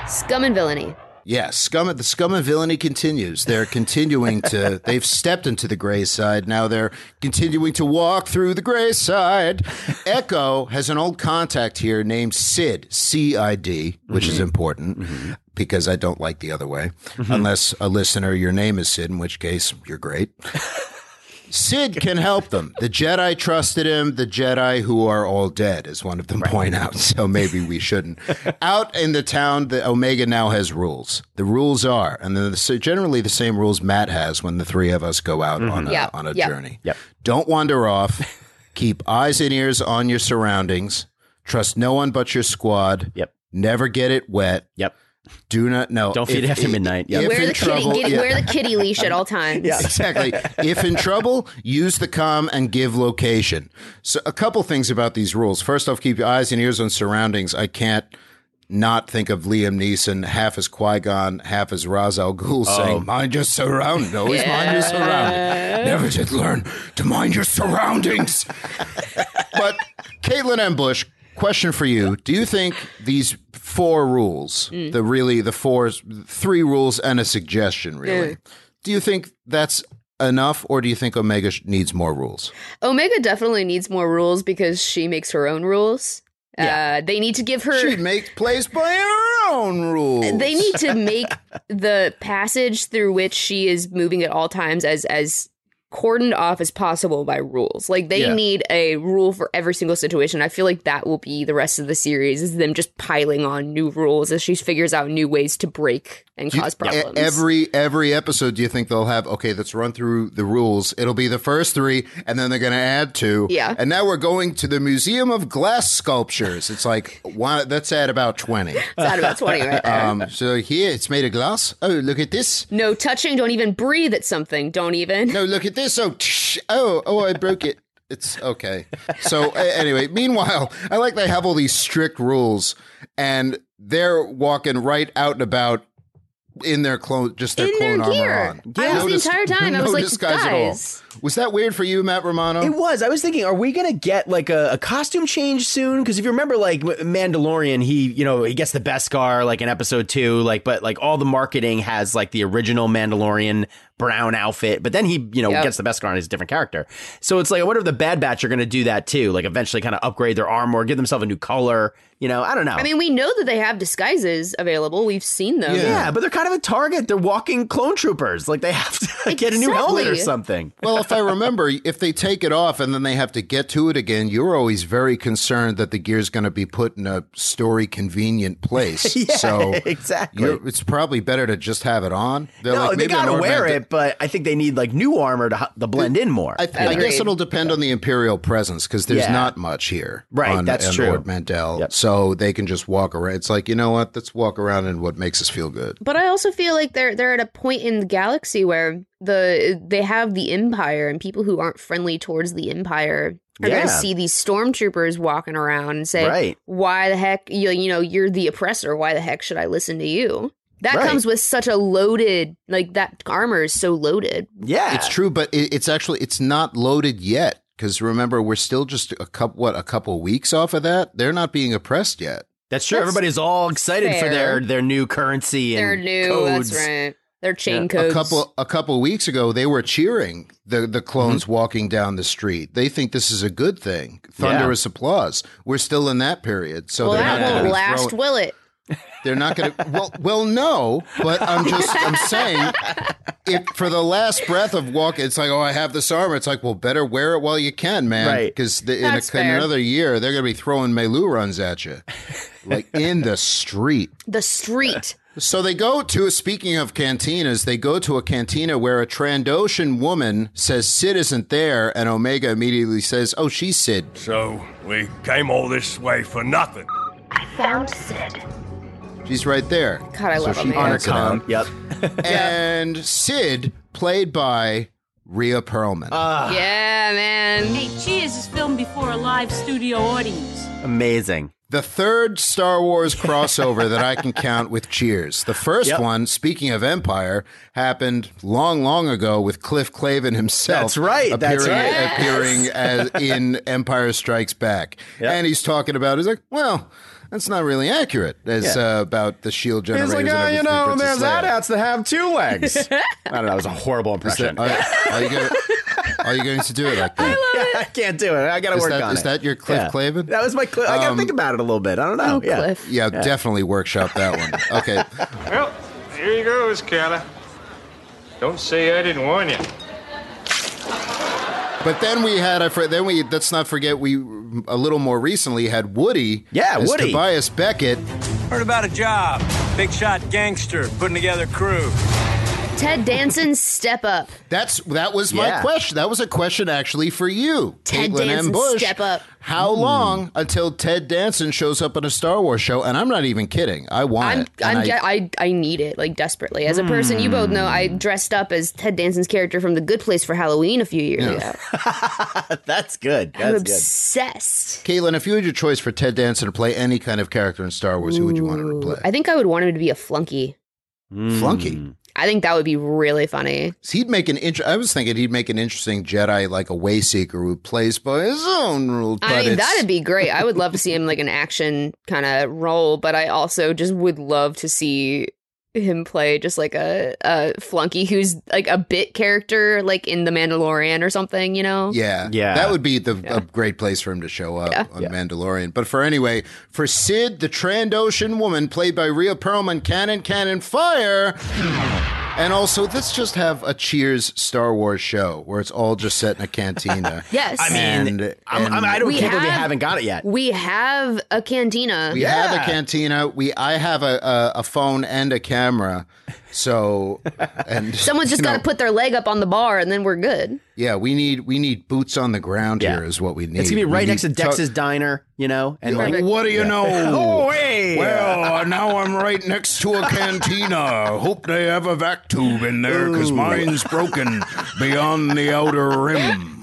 [SPEAKER 2] Scum and villainy.
[SPEAKER 1] Yeah, scum the scum and villainy continues. They're continuing to they've stepped into the gray side. Now they're continuing to walk through the gray side. Echo has an old contact here named Sid, C I D, which is important because I don't like the other way. Unless a listener your name is Sid, in which case you're great. Sid can help them. The Jedi trusted him. The Jedi who are all dead, as one of them point out. So maybe we shouldn't. out in the town, the Omega now has rules. The rules are, and then the, so generally the same rules Matt has when the three of us go out on a,
[SPEAKER 2] Yep,
[SPEAKER 1] on a
[SPEAKER 2] yep.
[SPEAKER 1] journey.
[SPEAKER 3] Mm-hmm. Yep.
[SPEAKER 1] Don't wander off. Keep eyes and ears on your surroundings. Trust no one but your squad.
[SPEAKER 3] Yep.
[SPEAKER 1] Never get it wet.
[SPEAKER 3] Yep.
[SPEAKER 1] Do not know.
[SPEAKER 3] Don't feed after midnight. Yep.
[SPEAKER 1] if
[SPEAKER 2] Wear
[SPEAKER 1] in
[SPEAKER 2] the
[SPEAKER 1] trouble-
[SPEAKER 2] kitty. Get,
[SPEAKER 1] yeah.
[SPEAKER 2] Wear the kitty leash at all times.
[SPEAKER 1] Exactly. if in trouble, use the com and give location. So, a couple things about these rules. First off, keep your eyes and ears on surroundings. I can't not think of Liam Neeson, half as Qui Gon, half as Ra's al Ghul, saying, "Mind your surroundings." Always mind your surroundings. Never did learn to mind your surroundings. but Caitlin and Bush. Question for you: Do you think these four rules, the really the four, three rules and a suggestion, really, do you think that's enough, or do you think Omega sh- needs more rules?
[SPEAKER 2] Omega definitely needs more rules because she makes her own rules. Uh, they need to give her.
[SPEAKER 1] She makes plays by her own rules.
[SPEAKER 2] they need to make the passage through which she is moving at all times as as cordoned off as possible by rules. Like they
[SPEAKER 3] Yeah.
[SPEAKER 2] need a rule for every single situation. I feel like that will be the rest of the series is them just piling on new rules as she figures out new ways to break and
[SPEAKER 1] Do you-
[SPEAKER 2] cause
[SPEAKER 1] e-
[SPEAKER 2] problems.
[SPEAKER 1] Every every episode, do you think they'll have okay? Let's run through the rules. It'll be the first three, and then they're going to add two.
[SPEAKER 2] Yeah.
[SPEAKER 1] And now we're going to the Museum of Glass Sculptures. It's like why, that's at about twenty.
[SPEAKER 2] it's at about 20 right there.
[SPEAKER 1] Um, so here it's made of glass. Oh, look at this.
[SPEAKER 2] no touching, don't even breathe at something. Don't even.
[SPEAKER 1] No, look at this. Oh, tsh, oh, oh, I broke it. It's okay. So a- anyway, meanwhile, I like they have all these strict rules, and they're walking right out and about in their clone, just their
[SPEAKER 2] In their
[SPEAKER 1] clone
[SPEAKER 2] gear.
[SPEAKER 1] armor on.
[SPEAKER 2] I was the entire time, I was
[SPEAKER 1] no
[SPEAKER 2] like,
[SPEAKER 1] disguise at all.
[SPEAKER 2] guys.
[SPEAKER 1] Was that weird for you, Matt
[SPEAKER 2] Oh.
[SPEAKER 1] Romano?
[SPEAKER 3] It was. I was thinking, are we gonna get like a, a costume change soon? Because if you remember, like M- Mandalorian, he you know he gets the Beskar like in episode two, like but like all the marketing has like the original Mandalorian brown outfit, but then he you know
[SPEAKER 2] Yep.
[SPEAKER 3] gets the Beskar and is a different character. So it's like I wonder if the Bad Batch are gonna do that too, like eventually kind of upgrade their armor, give themselves a new color, You know, I don't know.
[SPEAKER 2] I mean, we know that they have disguises available. We've seen them.
[SPEAKER 3] yeah. but they're kind of a target. They're walking clone troopers. Like they have to get a new helmet or
[SPEAKER 2] Exactly.
[SPEAKER 3] something.
[SPEAKER 1] Well, if I remember, if they take it off and then they have to get to it again, you're always very concerned that the gear's going to be put in a story convenient place. so
[SPEAKER 3] exactly.
[SPEAKER 1] you're, it's probably better to just have it on. They're
[SPEAKER 3] no,
[SPEAKER 1] like,
[SPEAKER 3] they
[SPEAKER 1] maybe an
[SPEAKER 3] gotta wear
[SPEAKER 1] ornament-
[SPEAKER 3] it, but I think they need like new armor to, to blend in more.
[SPEAKER 1] I, th- I guess
[SPEAKER 2] Agreed.
[SPEAKER 1] it'll depend on the imperial presence because there's
[SPEAKER 3] Yeah.
[SPEAKER 1] not much here,
[SPEAKER 3] Right,
[SPEAKER 1] On,
[SPEAKER 3] that's
[SPEAKER 1] on
[SPEAKER 3] true.
[SPEAKER 1] Lord Mandel,
[SPEAKER 3] Yep.
[SPEAKER 1] so they can just walk around. It's like you know what? Let's walk around in what makes us feel good.
[SPEAKER 2] But I also feel like they're they're at a point in the galaxy where the they have the empire and people who aren't friendly towards the empire are
[SPEAKER 3] Yeah.
[SPEAKER 2] going to see these stormtroopers walking around and say,
[SPEAKER 3] Right.
[SPEAKER 2] "Why the heck you you know you're the oppressor? Why the heck should I listen to you?" That
[SPEAKER 3] Right.
[SPEAKER 2] comes with such a loaded like that armor is so loaded.
[SPEAKER 3] yeah,
[SPEAKER 1] It's true, but it, it's actually it's not loaded yet because remember we're still just a couple what a couple weeks off of that. They're not being oppressed yet.
[SPEAKER 3] That's true.
[SPEAKER 2] That's
[SPEAKER 3] Everybody's all excited for
[SPEAKER 2] fair.
[SPEAKER 3] their their new currency and
[SPEAKER 2] They're new.
[SPEAKER 3] codes.
[SPEAKER 2] That's right. They're chain
[SPEAKER 3] Yeah.
[SPEAKER 2] codes.
[SPEAKER 1] A couple a couple weeks ago, they were cheering the the clones
[SPEAKER 2] Mm-hmm.
[SPEAKER 1] walking down the street. They think this is a good thing. Thunderous applause. We're still in that period, so
[SPEAKER 2] well,
[SPEAKER 1] they're not
[SPEAKER 2] that
[SPEAKER 3] gonna
[SPEAKER 1] going
[SPEAKER 2] won't
[SPEAKER 1] to
[SPEAKER 2] last, will it?
[SPEAKER 1] They're not going to. Well, well, no. But I'm just. I'm saying, if for the last breath of walk, it's like, oh, I have this armor. It's like, well, better wear it while you can, man.
[SPEAKER 3] Right.
[SPEAKER 1] Because in, a,
[SPEAKER 2] That's
[SPEAKER 1] in
[SPEAKER 2] fair.
[SPEAKER 1] another year, they're going to be throwing Melu runs at you, like in the street.
[SPEAKER 2] The street.
[SPEAKER 1] So they go to, speaking of cantinas, they go to a cantina where a Trandoshan woman says Sid isn't there, and Omega immediately says, oh, she's Sid.
[SPEAKER 5] So, we came all this way for nothing.
[SPEAKER 11] Found Sid.
[SPEAKER 1] She's right there.
[SPEAKER 2] God, I
[SPEAKER 1] so
[SPEAKER 2] love
[SPEAKER 1] she
[SPEAKER 2] Omega.
[SPEAKER 1] points it out.
[SPEAKER 3] Um, yep.
[SPEAKER 1] And Sid, played by Rhea Perlman.
[SPEAKER 3] Uh. Ah.
[SPEAKER 2] yeah, man.
[SPEAKER 11] Hey, Cheers is filmed before a live studio audience.
[SPEAKER 3] Amazing.
[SPEAKER 1] The third Star Wars crossover that I can count with Cheers. The first
[SPEAKER 3] Yep.
[SPEAKER 1] one, speaking of Empire, happened long, long ago with Cliff Clavin himself.
[SPEAKER 3] That's right, that's
[SPEAKER 1] appearing-
[SPEAKER 3] right.
[SPEAKER 1] Appearing as in Empire Strikes Back,
[SPEAKER 3] Yep.
[SPEAKER 1] and he's talking about. He's like, well. That's not really accurate as
[SPEAKER 3] Yeah.
[SPEAKER 1] uh, about the shield generators. and
[SPEAKER 3] "Ah,
[SPEAKER 1] everything, Princess Leia."
[SPEAKER 3] that have two legs. I don't know. It was a horrible impression.
[SPEAKER 1] Are, are you going are you going to do it like that?
[SPEAKER 3] I can't do it. I got to
[SPEAKER 1] Is
[SPEAKER 3] work
[SPEAKER 1] that-
[SPEAKER 3] on
[SPEAKER 1] is
[SPEAKER 3] it.
[SPEAKER 1] that your Cliff Clavin?
[SPEAKER 3] That was my Cliff. I got to
[SPEAKER 1] Um,
[SPEAKER 3] think about it a little bit. I don't know.
[SPEAKER 2] Oh,
[SPEAKER 3] yeah.
[SPEAKER 2] Cliff.
[SPEAKER 1] yeah, definitely workshop that one. Okay,
[SPEAKER 9] Well, here you goes, Calla. Don't say I didn't warn you.
[SPEAKER 1] But then we had a fr- then we let's not forget we a little more recently had Woody
[SPEAKER 3] Yeah,
[SPEAKER 1] as
[SPEAKER 3] Woody.
[SPEAKER 1] Tobias Beckett
[SPEAKER 5] Heard about a job. Big shot gangster putting together crew.
[SPEAKER 2] Ted Danson, step up.
[SPEAKER 1] that's that was my
[SPEAKER 3] Yeah.
[SPEAKER 1] question that was a question actually for you
[SPEAKER 2] Ted
[SPEAKER 1] Caitlin
[SPEAKER 2] Danson,
[SPEAKER 1] M. Bush
[SPEAKER 2] step up.
[SPEAKER 1] how
[SPEAKER 3] Hmm.
[SPEAKER 1] long until Ted Danson shows up in a Star Wars show and I'm not even kidding I want
[SPEAKER 2] I'm,
[SPEAKER 1] it and
[SPEAKER 2] I'm
[SPEAKER 1] I-
[SPEAKER 2] ge- I, I need it like desperately. As a person, you both know I dressed up as Ted Danson's character from The Good Place for Halloween a few years ago.
[SPEAKER 3] That's good.
[SPEAKER 2] I'm
[SPEAKER 3] That's good.
[SPEAKER 2] obsessed.
[SPEAKER 1] Caitlin if you had your choice for Ted Danson to play any kind of character in Star Wars who would you want him to play
[SPEAKER 2] I think I would want him to be a flunky.
[SPEAKER 3] Hmm.
[SPEAKER 1] Flunky
[SPEAKER 2] I think that would be really funny.
[SPEAKER 1] So he'd make an int- I was thinking he'd make an interesting Jedi like a wayseeker who plays by his own rules but
[SPEAKER 2] I mean,
[SPEAKER 1] it's-
[SPEAKER 2] that'd be great. I would love to see him like an action kind of role, but I also just would love to see him play just like a, a flunky who's like a bit character, like in The Mandalorian or something, you know?
[SPEAKER 1] Yeah,
[SPEAKER 3] Yeah.
[SPEAKER 1] that would be the a great place for him to show up on Mandalorian. But for anyway, for Sid, the Trandoshan woman played by Rhea Perlman, cannon, cannon, fire, and also let's just have a Cheers Star Wars show where it's all just set in a cantina.
[SPEAKER 2] Yes.
[SPEAKER 3] I mean,
[SPEAKER 1] And-
[SPEAKER 3] I'm, I'm, I don't
[SPEAKER 2] We
[SPEAKER 3] can't believe they
[SPEAKER 2] have-
[SPEAKER 3] haven't got it yet.
[SPEAKER 2] we have a cantina.
[SPEAKER 1] We have a cantina. We I have a, a, a phone and a camera. So and
[SPEAKER 2] Someone's just
[SPEAKER 1] you
[SPEAKER 2] got to
[SPEAKER 1] know,
[SPEAKER 2] put their leg up on the bar and then we're good.
[SPEAKER 1] Yeah, we need we need boots on the ground
[SPEAKER 3] Yeah.
[SPEAKER 1] here is what we need.
[SPEAKER 3] It's gonna be
[SPEAKER 1] We
[SPEAKER 3] right
[SPEAKER 1] need
[SPEAKER 3] next to
[SPEAKER 1] to-
[SPEAKER 3] Dex's diner, you know, and like
[SPEAKER 1] What do you know?
[SPEAKER 3] oh hey,
[SPEAKER 1] Well, uh, now I'm right next to a cantina. Hope they have a vac tube in there because mine's broken beyond the outer rim.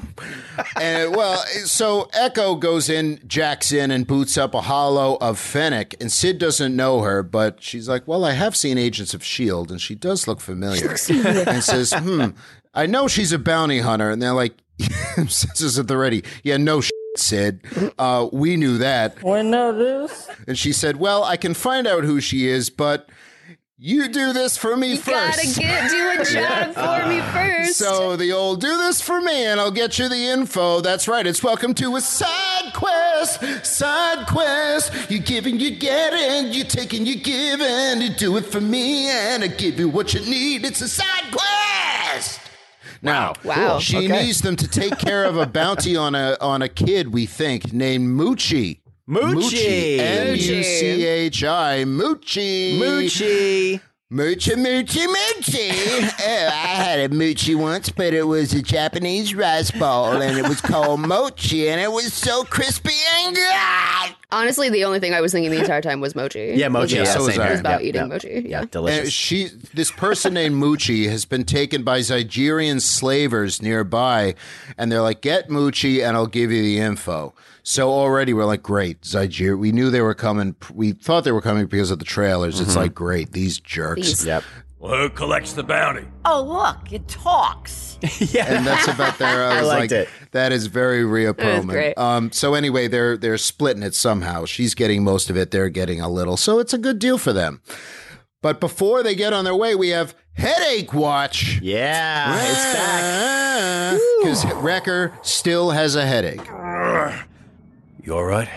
[SPEAKER 1] And well, so Echo goes in, jacks in, and boots up a hollow of Fennec. And Sid doesn't know her, but she's like, Well, I have seen Agents of S.H.I.E.L.D., E and she does look familiar. and says, Hmm, I know she's a bounty hunter. And they're like, This isn't the ready. Yeah, no shit, Sid. Uh, we knew that.
[SPEAKER 11] We know this.
[SPEAKER 1] And she said, Well, I can find out who she is, but You do this for me
[SPEAKER 2] You gotta
[SPEAKER 1] first. Uh,
[SPEAKER 2] get do a job for me first.
[SPEAKER 1] So the old do this for me and I'll get you the info. That's right. It's welcome to a side quest. Side quest. You giving, you getting, you taking, you giving. You do it for me and I give you what you need. It's a side quest. Now,
[SPEAKER 2] Wow.
[SPEAKER 1] she
[SPEAKER 3] Okay.
[SPEAKER 1] needs them to take care of a bounty on a on a kid we think named Moochie.
[SPEAKER 3] Moochie.
[SPEAKER 1] M U C H I. Moochie.
[SPEAKER 3] Moochie.
[SPEAKER 1] Moochie, moochie, moochie. oh, I had a moochie once, but it was a Japanese rice ball, and it was called mochi, and it was so crispy and good.
[SPEAKER 2] Honestly, the only thing I was thinking the entire time was mochi.
[SPEAKER 3] Yeah, mochi.
[SPEAKER 1] Yeah,
[SPEAKER 3] Yeah,
[SPEAKER 1] so
[SPEAKER 3] same
[SPEAKER 1] was I.
[SPEAKER 3] here.
[SPEAKER 1] It's
[SPEAKER 2] about
[SPEAKER 3] Yeah,
[SPEAKER 2] eating
[SPEAKER 3] yeah.
[SPEAKER 2] mochi, yeah.
[SPEAKER 3] yeah,
[SPEAKER 1] And
[SPEAKER 3] delicious.
[SPEAKER 1] Uh, she, this person named Moochie, has been taken by Nigerian slavers nearby, and they're like, "Get Moochie, and I'll give you the info." So already we're like, "Great, Niger." We knew they were coming. We thought they were coming because of the trailers. It's like, "Great, Mm-hmm. these jerks."
[SPEAKER 2] These-
[SPEAKER 3] Yep.
[SPEAKER 5] Well, who collects the bounty?
[SPEAKER 12] Oh, look, it talks.
[SPEAKER 1] and that's about there. I was like,
[SPEAKER 3] liked it.
[SPEAKER 1] that is very Rhea
[SPEAKER 2] was
[SPEAKER 1] Perlman.
[SPEAKER 2] great.
[SPEAKER 1] Um, so anyway, they're they're splitting it somehow. She's getting most of it. They're getting a little. So it's a good deal for them. But before they get on their way, we have headache watch.
[SPEAKER 3] Yeah, it's back.
[SPEAKER 1] Because Wrecker still has a headache.
[SPEAKER 5] You all right?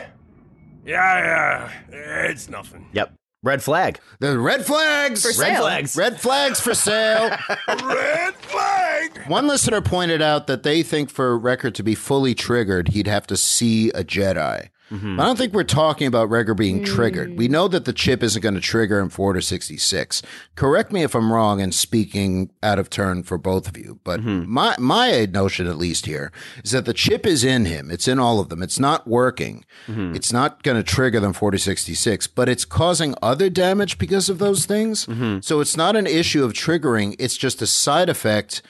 [SPEAKER 9] Yeah, yeah. It's nothing.
[SPEAKER 3] Yep. Red flag.
[SPEAKER 1] The red flags.
[SPEAKER 2] For sale.
[SPEAKER 1] Red flags for sale.
[SPEAKER 9] Red flag!
[SPEAKER 1] One listener pointed out that they think for Wrecker to be fully triggered, he'd have to see a Jedi. I don't think we're talking about Wrecker being triggered. We know that the chip isn't going to trigger him for to 66. Correct me if I'm wrong in speaking out of turn for both of you, but my, my notion, at least here, is that the chip is in him. It's in all of them. It's not working. It's not going to trigger them 40 66, but it's causing other damage because of those things. So it's not an issue of triggering, it's just a side effect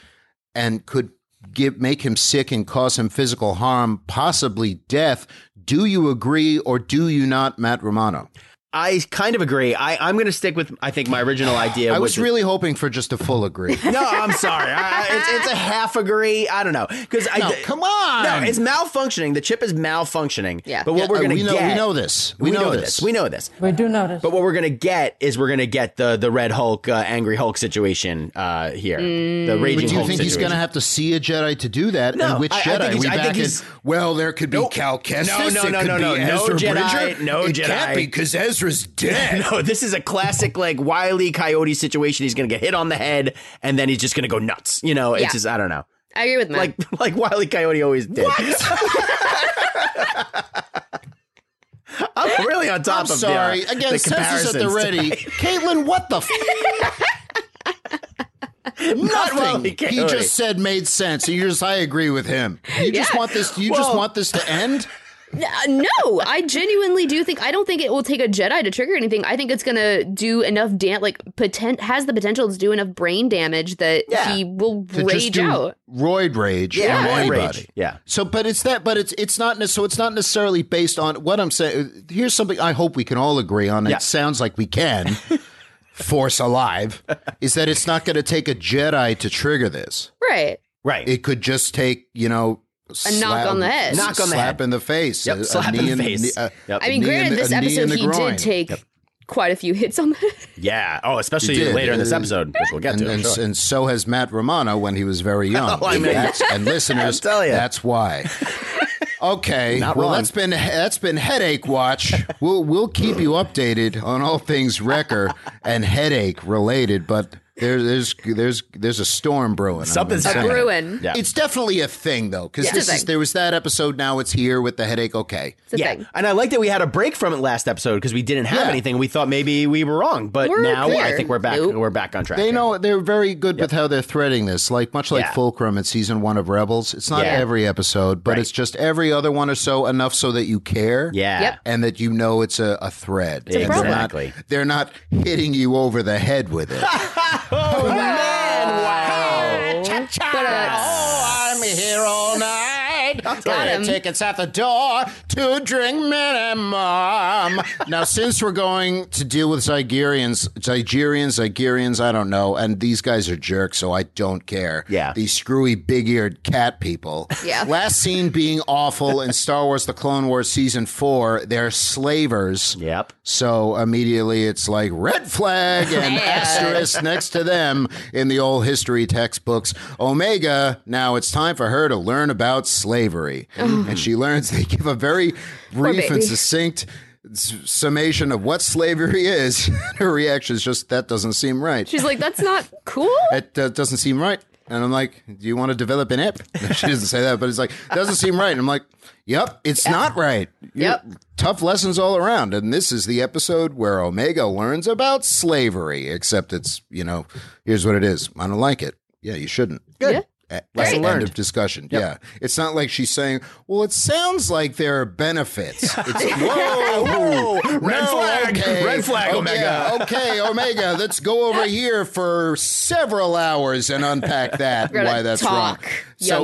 [SPEAKER 1] and could give make him sick and cause him physical harm, possibly death. Do you agree or do you not, Matt Romano?
[SPEAKER 3] I kind of agree. I, I'm going to stick with, I think, my original idea.
[SPEAKER 1] I
[SPEAKER 3] which
[SPEAKER 1] was
[SPEAKER 3] is-
[SPEAKER 1] really hoping for just a full agree.
[SPEAKER 3] No, I'm sorry. I, I- it's, it's a half agree. I don't know. Because I.
[SPEAKER 1] No, come on.
[SPEAKER 3] No, it's malfunctioning. The chip is malfunctioning.
[SPEAKER 2] Yeah.
[SPEAKER 3] But what
[SPEAKER 1] Yeah, Uh,
[SPEAKER 3] we're going to
[SPEAKER 1] we know,
[SPEAKER 3] get.
[SPEAKER 1] we know this. We, know, this.
[SPEAKER 3] We know this.
[SPEAKER 7] We do notice.
[SPEAKER 3] But what we're gonna get is we're gonna get the the Red Hulk, uh, Angry Hulk situation uh, here. The
[SPEAKER 1] Mm. But
[SPEAKER 3] raging
[SPEAKER 1] do you
[SPEAKER 3] Hulk
[SPEAKER 1] think he's
[SPEAKER 3] situation.
[SPEAKER 1] going to have to see a Jedi to do that?
[SPEAKER 3] No,
[SPEAKER 1] and which
[SPEAKER 3] I- I
[SPEAKER 1] Jedi?
[SPEAKER 3] think he's-
[SPEAKER 1] we
[SPEAKER 3] I think
[SPEAKER 1] back in-
[SPEAKER 3] he's-
[SPEAKER 1] well, there could be
[SPEAKER 3] Nope.
[SPEAKER 1] Cal Kestis.
[SPEAKER 3] No, no,
[SPEAKER 1] it
[SPEAKER 3] no,
[SPEAKER 1] could
[SPEAKER 3] no,
[SPEAKER 1] be
[SPEAKER 3] no, no
[SPEAKER 1] Ezra
[SPEAKER 3] Jedi,
[SPEAKER 1] Bridger.
[SPEAKER 3] no
[SPEAKER 1] it
[SPEAKER 3] Jedi.
[SPEAKER 1] can't be because Ezra's dead.
[SPEAKER 3] No, this is a classic like wily coyote situation. He's gonna get hit on the head, and then he's just gonna go nuts. You know, it's
[SPEAKER 2] Yeah.
[SPEAKER 3] just I don't know,
[SPEAKER 2] I agree with Matt.
[SPEAKER 3] like like wily coyote always did. I'm really on top
[SPEAKER 1] I'm
[SPEAKER 3] of the, uh,
[SPEAKER 1] sorry.
[SPEAKER 3] The,
[SPEAKER 1] Again, Spencer's at the
[SPEAKER 3] comparisons
[SPEAKER 1] ready.
[SPEAKER 3] today.
[SPEAKER 1] Caitlin, what the? F-
[SPEAKER 3] well,
[SPEAKER 1] Nothing.
[SPEAKER 3] he can't
[SPEAKER 1] he
[SPEAKER 3] really.
[SPEAKER 1] just said made sense. And you're just, I agree with him. You just
[SPEAKER 2] Yeah.
[SPEAKER 1] want this. You just
[SPEAKER 3] Well-
[SPEAKER 1] want this to end.
[SPEAKER 2] Uh, no, I genuinely do think I don't think it will take a Jedi to trigger anything. I think it's gonna do enough damage, like potent has the potential to do enough brain damage that
[SPEAKER 3] Yeah.
[SPEAKER 2] he will
[SPEAKER 1] To just
[SPEAKER 2] rage
[SPEAKER 1] do
[SPEAKER 2] out.
[SPEAKER 1] Roid rage.
[SPEAKER 3] Yeah,
[SPEAKER 1] on
[SPEAKER 3] roid rage.
[SPEAKER 1] anybody.
[SPEAKER 3] Yeah.
[SPEAKER 1] So, but it's that. But it's it's not. ne- So it's not necessarily based on what I'm saying. Here's something I hope we can all agree on. and
[SPEAKER 3] Yeah.
[SPEAKER 1] It sounds like we can. Force alive is that it's not going to take a Jedi to trigger this.
[SPEAKER 2] Right.
[SPEAKER 3] right.
[SPEAKER 1] It could just take, you know, a
[SPEAKER 2] on the head.
[SPEAKER 3] Knock on the
[SPEAKER 1] slap
[SPEAKER 3] head.
[SPEAKER 1] in the face,
[SPEAKER 3] Yep,
[SPEAKER 1] a- a
[SPEAKER 3] slap in
[SPEAKER 1] knee
[SPEAKER 3] the
[SPEAKER 1] in
[SPEAKER 3] face.
[SPEAKER 1] knee- a-
[SPEAKER 3] Yep.
[SPEAKER 2] I mean,
[SPEAKER 1] knee in
[SPEAKER 2] granted,
[SPEAKER 1] the-
[SPEAKER 2] this
[SPEAKER 1] a knee in
[SPEAKER 2] episode
[SPEAKER 1] the
[SPEAKER 2] he
[SPEAKER 1] groin.
[SPEAKER 2] did take quite a few hits on the
[SPEAKER 3] yeah. Oh,
[SPEAKER 1] He
[SPEAKER 3] especially
[SPEAKER 1] did.
[SPEAKER 3] later in this
[SPEAKER 1] Uh,
[SPEAKER 3] episode, which we'll get
[SPEAKER 1] and,
[SPEAKER 3] to. I'm
[SPEAKER 1] and,
[SPEAKER 3] sure.
[SPEAKER 1] and so has Matt Romano when he was very young.
[SPEAKER 3] Oh, I
[SPEAKER 1] And
[SPEAKER 3] mean-
[SPEAKER 1] that's- and listeners,
[SPEAKER 3] tell ya.
[SPEAKER 1] that's why. Okay,
[SPEAKER 3] Not
[SPEAKER 1] well
[SPEAKER 3] wrong.
[SPEAKER 1] that's been that's been headache watch. we'll we'll keep you updated on all things wrecker and headache related, but there's there's there's there's a storm brewing. I've been
[SPEAKER 3] Something's
[SPEAKER 1] saying.
[SPEAKER 3] happening.
[SPEAKER 2] Bruin.
[SPEAKER 3] Yeah.
[SPEAKER 1] It's definitely a thing though, because
[SPEAKER 2] Yeah.
[SPEAKER 1] this
[SPEAKER 2] It's a
[SPEAKER 1] is
[SPEAKER 2] thing.
[SPEAKER 1] there was that episode. Now it's here with the headache. Okay,
[SPEAKER 2] It's a
[SPEAKER 3] yeah,
[SPEAKER 2] thing.
[SPEAKER 3] and I like that we had a break from it last episode because we didn't have
[SPEAKER 1] Yeah.
[SPEAKER 3] anything. We thought maybe we were wrong, but
[SPEAKER 2] We're
[SPEAKER 3] now I
[SPEAKER 2] clear.
[SPEAKER 3] think we're back.
[SPEAKER 2] Nope.
[SPEAKER 3] We're back on track.
[SPEAKER 1] They
[SPEAKER 3] here.
[SPEAKER 1] know they're very good with how they're threading this. Like much like
[SPEAKER 3] Yeah.
[SPEAKER 1] Fulcrum in season one of Rebels, it's not
[SPEAKER 3] Yeah.
[SPEAKER 1] every episode, but
[SPEAKER 3] Right.
[SPEAKER 1] it's just every other one or so enough so that you care.
[SPEAKER 3] Yeah.
[SPEAKER 2] Yep.
[SPEAKER 1] And that you know it's a, a thread.
[SPEAKER 3] a
[SPEAKER 1] and they're
[SPEAKER 3] problem.
[SPEAKER 1] not,
[SPEAKER 3] Exactly.
[SPEAKER 1] they're not hitting you over the head with it.
[SPEAKER 3] Oh, Man, wow. Oh,
[SPEAKER 1] I'm here all night.
[SPEAKER 2] Got him.
[SPEAKER 1] Tickets at the door to drink minimum. now, since we're going to deal with Zygerians, Zygerians, Zygerians, I don't know, and these guys are jerks, so I don't care.
[SPEAKER 3] Yeah.
[SPEAKER 1] These screwy, big eared cat people.
[SPEAKER 2] Yeah.
[SPEAKER 1] Last scene being awful in Star Wars The Clone Wars Season 4, they're slavers.
[SPEAKER 3] Yep.
[SPEAKER 1] So immediately it's like red flag and asterisk next to them in the old history textbooks. Omega, now it's time for her to learn about slavery. And she learns they give a very brief and
[SPEAKER 2] baby.
[SPEAKER 1] succinct s- summation of what slavery is. her reaction is just, that doesn't seem right.
[SPEAKER 2] She's like, that's not cool.
[SPEAKER 1] That uh, doesn't seem right. And I'm like, do you want to develop an app? She doesn't say that, but it's like, doesn't seem right. And I'm like, yep, it's not right. You-
[SPEAKER 2] Yep.
[SPEAKER 1] Tough lessons all around. And this is the episode where Omega learns about slavery, except it's, you know, here's what it is. I don't like it. Yeah, you shouldn't.
[SPEAKER 2] Good.
[SPEAKER 1] Eh,
[SPEAKER 2] Lesson
[SPEAKER 1] end
[SPEAKER 3] learned.
[SPEAKER 1] of discussion. Yeah. It's not like she's saying, well, it sounds like there are benefits. It's, whoa,
[SPEAKER 3] Whoa, red flag, red flag,
[SPEAKER 1] Oh,
[SPEAKER 3] Omega.
[SPEAKER 1] yeah, okay, Omega, let's go over here for several hours and unpack that
[SPEAKER 2] We're gonna
[SPEAKER 1] why that's
[SPEAKER 2] talk,
[SPEAKER 1] wrong.
[SPEAKER 2] young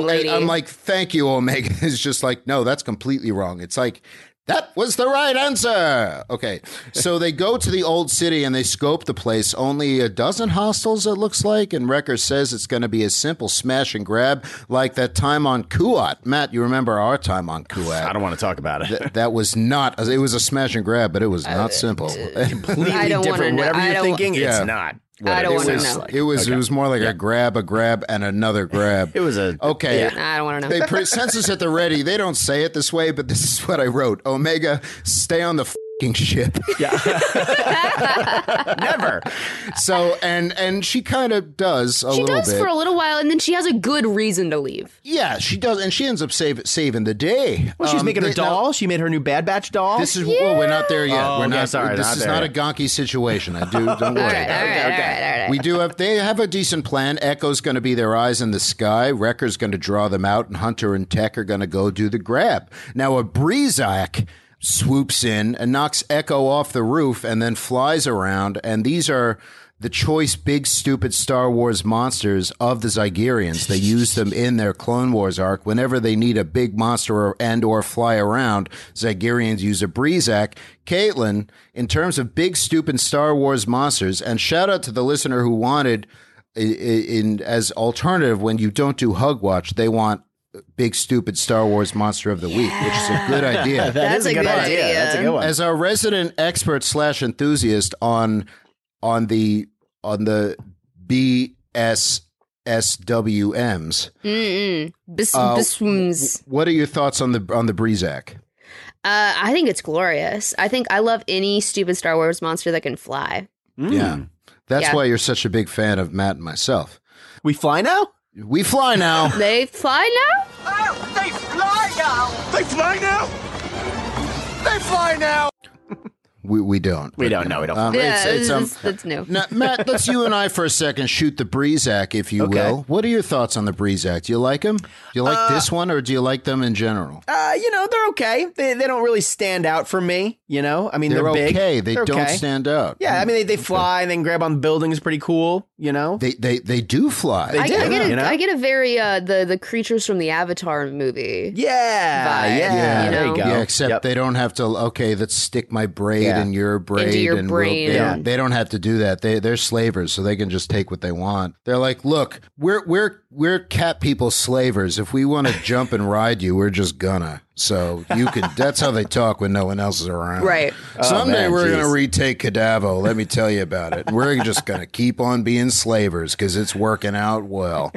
[SPEAKER 1] so
[SPEAKER 2] lady.
[SPEAKER 1] I'm like, thank you, Omega. It's just like, no, that's completely wrong. It's like that was the right answer. Okay, so they go to the old city and they scope the place. Only a dozen hostels, it looks like. And Wrecker says it's going to be a simple smash and grab, like that time on Kuat. Matt, you remember our time on Kuat?
[SPEAKER 3] I don't want to talk about it.
[SPEAKER 1] Th- that was not. It was a smash and grab, but it
[SPEAKER 3] Uh,
[SPEAKER 1] was not simple.
[SPEAKER 3] Completely
[SPEAKER 2] I don't wanna
[SPEAKER 3] different.
[SPEAKER 2] know.
[SPEAKER 3] Whatever
[SPEAKER 2] I
[SPEAKER 3] you're
[SPEAKER 2] don't- Uh,
[SPEAKER 3] thinking,
[SPEAKER 1] Yeah.
[SPEAKER 3] it's not.
[SPEAKER 2] I don't
[SPEAKER 3] what it
[SPEAKER 2] wanna
[SPEAKER 3] sounds
[SPEAKER 2] know.
[SPEAKER 3] like.
[SPEAKER 1] It was
[SPEAKER 3] Okay.
[SPEAKER 1] it was more like a grab, a grab, and another grab.
[SPEAKER 3] It was a
[SPEAKER 1] okay.
[SPEAKER 2] I don't want to know.
[SPEAKER 1] They pre- census at the ready. They don't say it this way, but this is what I wrote: Omega, stay on the fing ship.
[SPEAKER 3] never.
[SPEAKER 1] So and and she kind of does a
[SPEAKER 2] she
[SPEAKER 1] little
[SPEAKER 2] does
[SPEAKER 1] bit.
[SPEAKER 2] for a little while, and then she has a good reason to leave.
[SPEAKER 1] yeah, she does, and she ends up save, saving the day.
[SPEAKER 3] Well, she's
[SPEAKER 1] Um,
[SPEAKER 3] making her
[SPEAKER 1] they- now,
[SPEAKER 3] doll. she made her new Bad Batch doll.
[SPEAKER 1] This is well, we're not there yet.
[SPEAKER 3] Oh,
[SPEAKER 1] we're
[SPEAKER 3] okay,
[SPEAKER 1] not.
[SPEAKER 3] sorry,
[SPEAKER 1] this
[SPEAKER 3] not
[SPEAKER 1] is
[SPEAKER 3] there
[SPEAKER 1] not a
[SPEAKER 3] yet.
[SPEAKER 1] gonky situation. I do. Don't worry.
[SPEAKER 2] All right, all right, all right, all right.
[SPEAKER 1] We do have. They have a decent plan. Echo's going to be their eyes in the sky. Wrecker's going to draw them out, and Hunter and Tech are going to go do the grab. Now a Breezak swoops in and knocks Echo off the roof, and then flies around. And these are. The choice big stupid Star Wars monsters of the Zygerians. They use them in their Clone Wars arc. Whenever they need a big monster or, and or fly around, Zygerians use a Breezak. Caitlin, in terms of big stupid Star Wars monsters, and shout out to the listener who wanted i- i- in as alternative when you don't do Hug Watch, they want big stupid Star Wars monster of the week, which is a good idea.
[SPEAKER 2] That's
[SPEAKER 3] is
[SPEAKER 2] a good idea.
[SPEAKER 3] That's a good one.
[SPEAKER 1] As our resident expert slash enthusiast on on the on the BSSWMs,
[SPEAKER 2] Mm-mm. Bis-
[SPEAKER 1] Uh,
[SPEAKER 2] biswims.
[SPEAKER 1] what are your thoughts on the on the Breezak?
[SPEAKER 2] Uh, I think it's glorious. I think I love any stupid Star Wars monster that can fly.
[SPEAKER 3] Mm.
[SPEAKER 1] that's
[SPEAKER 2] Yeah.
[SPEAKER 1] why you're such a big fan of Matt and myself.
[SPEAKER 3] We fly now?
[SPEAKER 1] We fly now.
[SPEAKER 2] They fly now?
[SPEAKER 12] Oh, they fly now!
[SPEAKER 5] They fly now? They fly now!
[SPEAKER 1] We, we don't.
[SPEAKER 3] We don't know. We don't.
[SPEAKER 1] Um,
[SPEAKER 2] Yeah,
[SPEAKER 1] it's, it's, um,
[SPEAKER 2] that's- that's new.
[SPEAKER 1] now, Matt, let's you and I for a second shoot the Breezak, if you
[SPEAKER 3] Okay.
[SPEAKER 1] will. What are your thoughts on the Breezak? Do you like them? Do you like this one, or do you like them in general?
[SPEAKER 3] uh, you know, they're okay. They, they don't really stand out for me. You know, I mean,
[SPEAKER 1] They're,
[SPEAKER 3] they're, big.
[SPEAKER 1] okay. They
[SPEAKER 3] They're
[SPEAKER 1] don't
[SPEAKER 3] okay.
[SPEAKER 1] stand out.
[SPEAKER 3] Yeah, I mean, they, they fly and then grab on buildings. Pretty cool. You know,
[SPEAKER 1] They they they do fly.
[SPEAKER 3] They
[SPEAKER 2] I,
[SPEAKER 3] do,
[SPEAKER 2] I get a,
[SPEAKER 3] you know?
[SPEAKER 2] I get a very uh, the the creatures from the Avatar movie.
[SPEAKER 3] yeah,
[SPEAKER 2] Vibe,
[SPEAKER 3] yeah,
[SPEAKER 1] Yeah,
[SPEAKER 2] you
[SPEAKER 3] There
[SPEAKER 2] know?
[SPEAKER 3] you go.
[SPEAKER 1] Yeah, except
[SPEAKER 3] Yep.
[SPEAKER 1] they don't have to. Okay, let's stick my braid
[SPEAKER 3] Yeah.
[SPEAKER 1] in your braid,
[SPEAKER 2] your
[SPEAKER 1] and we'll-
[SPEAKER 2] brain.
[SPEAKER 1] they,
[SPEAKER 3] Yeah.
[SPEAKER 1] don't, they don't have to do that. They they're slavers, so they can just take what they want. They're like, look, we're we're we're cat people slavers. If we want to jump and ride you, we're just gonna. So you can. That's how they talk when no one else is around.
[SPEAKER 2] Right.
[SPEAKER 1] Someday
[SPEAKER 3] Oh, man,
[SPEAKER 1] we're gonna
[SPEAKER 3] jeez.
[SPEAKER 1] retake Cadavo. Let me tell you about it. We're just gonna keep on being slavers because it's working out well.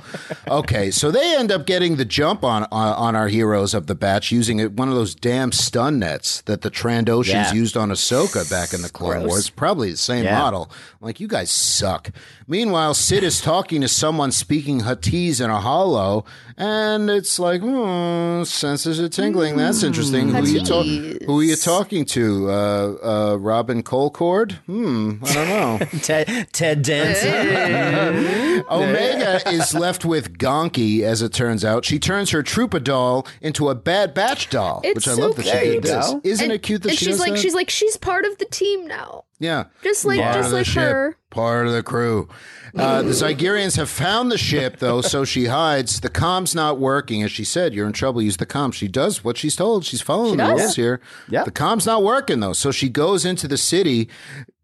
[SPEAKER 1] Okay, so they end up getting the jump on on, on our heroes of the batch using it, one of those damn stun nets that the Trandoshans
[SPEAKER 3] Yeah.
[SPEAKER 1] used on Ahsoka back in the Clone
[SPEAKER 2] Gross.
[SPEAKER 1] Wars. Probably the same
[SPEAKER 3] Yeah.
[SPEAKER 1] model. I'm like you guys suck. Meanwhile, Sid is talking to someone speaking Huttese in a hollow, and it's like hmm, senses are tingling. That's interesting. Who are you talk- Who are you talking to? Uh, uh, Robin Colcord? Hmm, I don't know.
[SPEAKER 3] Ted, Ted Danson.
[SPEAKER 1] Omega is left with Gonky, as it turns out. She turns her Troopa doll into a Bad Batch doll,
[SPEAKER 2] It's
[SPEAKER 1] which I
[SPEAKER 2] so
[SPEAKER 1] love that she did
[SPEAKER 2] cute.
[SPEAKER 1] this. Isn't
[SPEAKER 2] And-
[SPEAKER 1] it cute that
[SPEAKER 2] and
[SPEAKER 1] she
[SPEAKER 2] she's
[SPEAKER 1] does
[SPEAKER 2] like
[SPEAKER 1] that?
[SPEAKER 2] she's like she's part of the team now.
[SPEAKER 1] Yeah.
[SPEAKER 2] Just like-
[SPEAKER 1] part
[SPEAKER 2] just
[SPEAKER 1] of the
[SPEAKER 2] like
[SPEAKER 1] ship,
[SPEAKER 2] her.
[SPEAKER 1] Part of the crew. Uh, the Zygerians have found the ship, though, so she hides. The comm's not working. As she said, you're in trouble. Use the comm. She does what she's told. She's following
[SPEAKER 2] She
[SPEAKER 1] the
[SPEAKER 2] does.
[SPEAKER 1] rules here.
[SPEAKER 3] Yeah.
[SPEAKER 1] The comm's not working, though. So she goes into the city.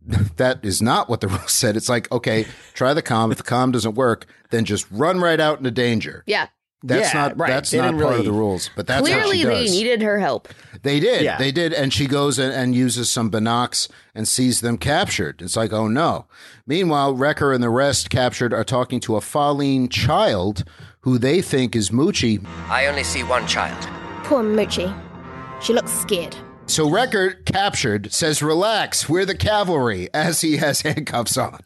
[SPEAKER 1] That is not what the rules said. It's like, okay, try the comm. If the comm doesn't work, then just run right out into danger.
[SPEAKER 2] Yeah.
[SPEAKER 1] That's
[SPEAKER 3] Yeah,
[SPEAKER 1] not
[SPEAKER 3] right.
[SPEAKER 1] that's
[SPEAKER 3] They
[SPEAKER 1] not part
[SPEAKER 3] didn't
[SPEAKER 1] of
[SPEAKER 3] really-
[SPEAKER 1] the rules. But that's what she
[SPEAKER 2] Clearly,
[SPEAKER 1] does.
[SPEAKER 2] they needed her help.
[SPEAKER 1] They did.
[SPEAKER 3] Yeah.
[SPEAKER 1] They did. And she goes and, and uses some binocs and sees them captured. It's like, oh no. Meanwhile, Wrecker and the rest captured are talking to a Faline child who they think is Moochie.
[SPEAKER 13] I only see one child.
[SPEAKER 14] Poor Moochie. She looks scared.
[SPEAKER 1] So Wrecker, captured, says, relax, we're the cavalry, as he has handcuffs on.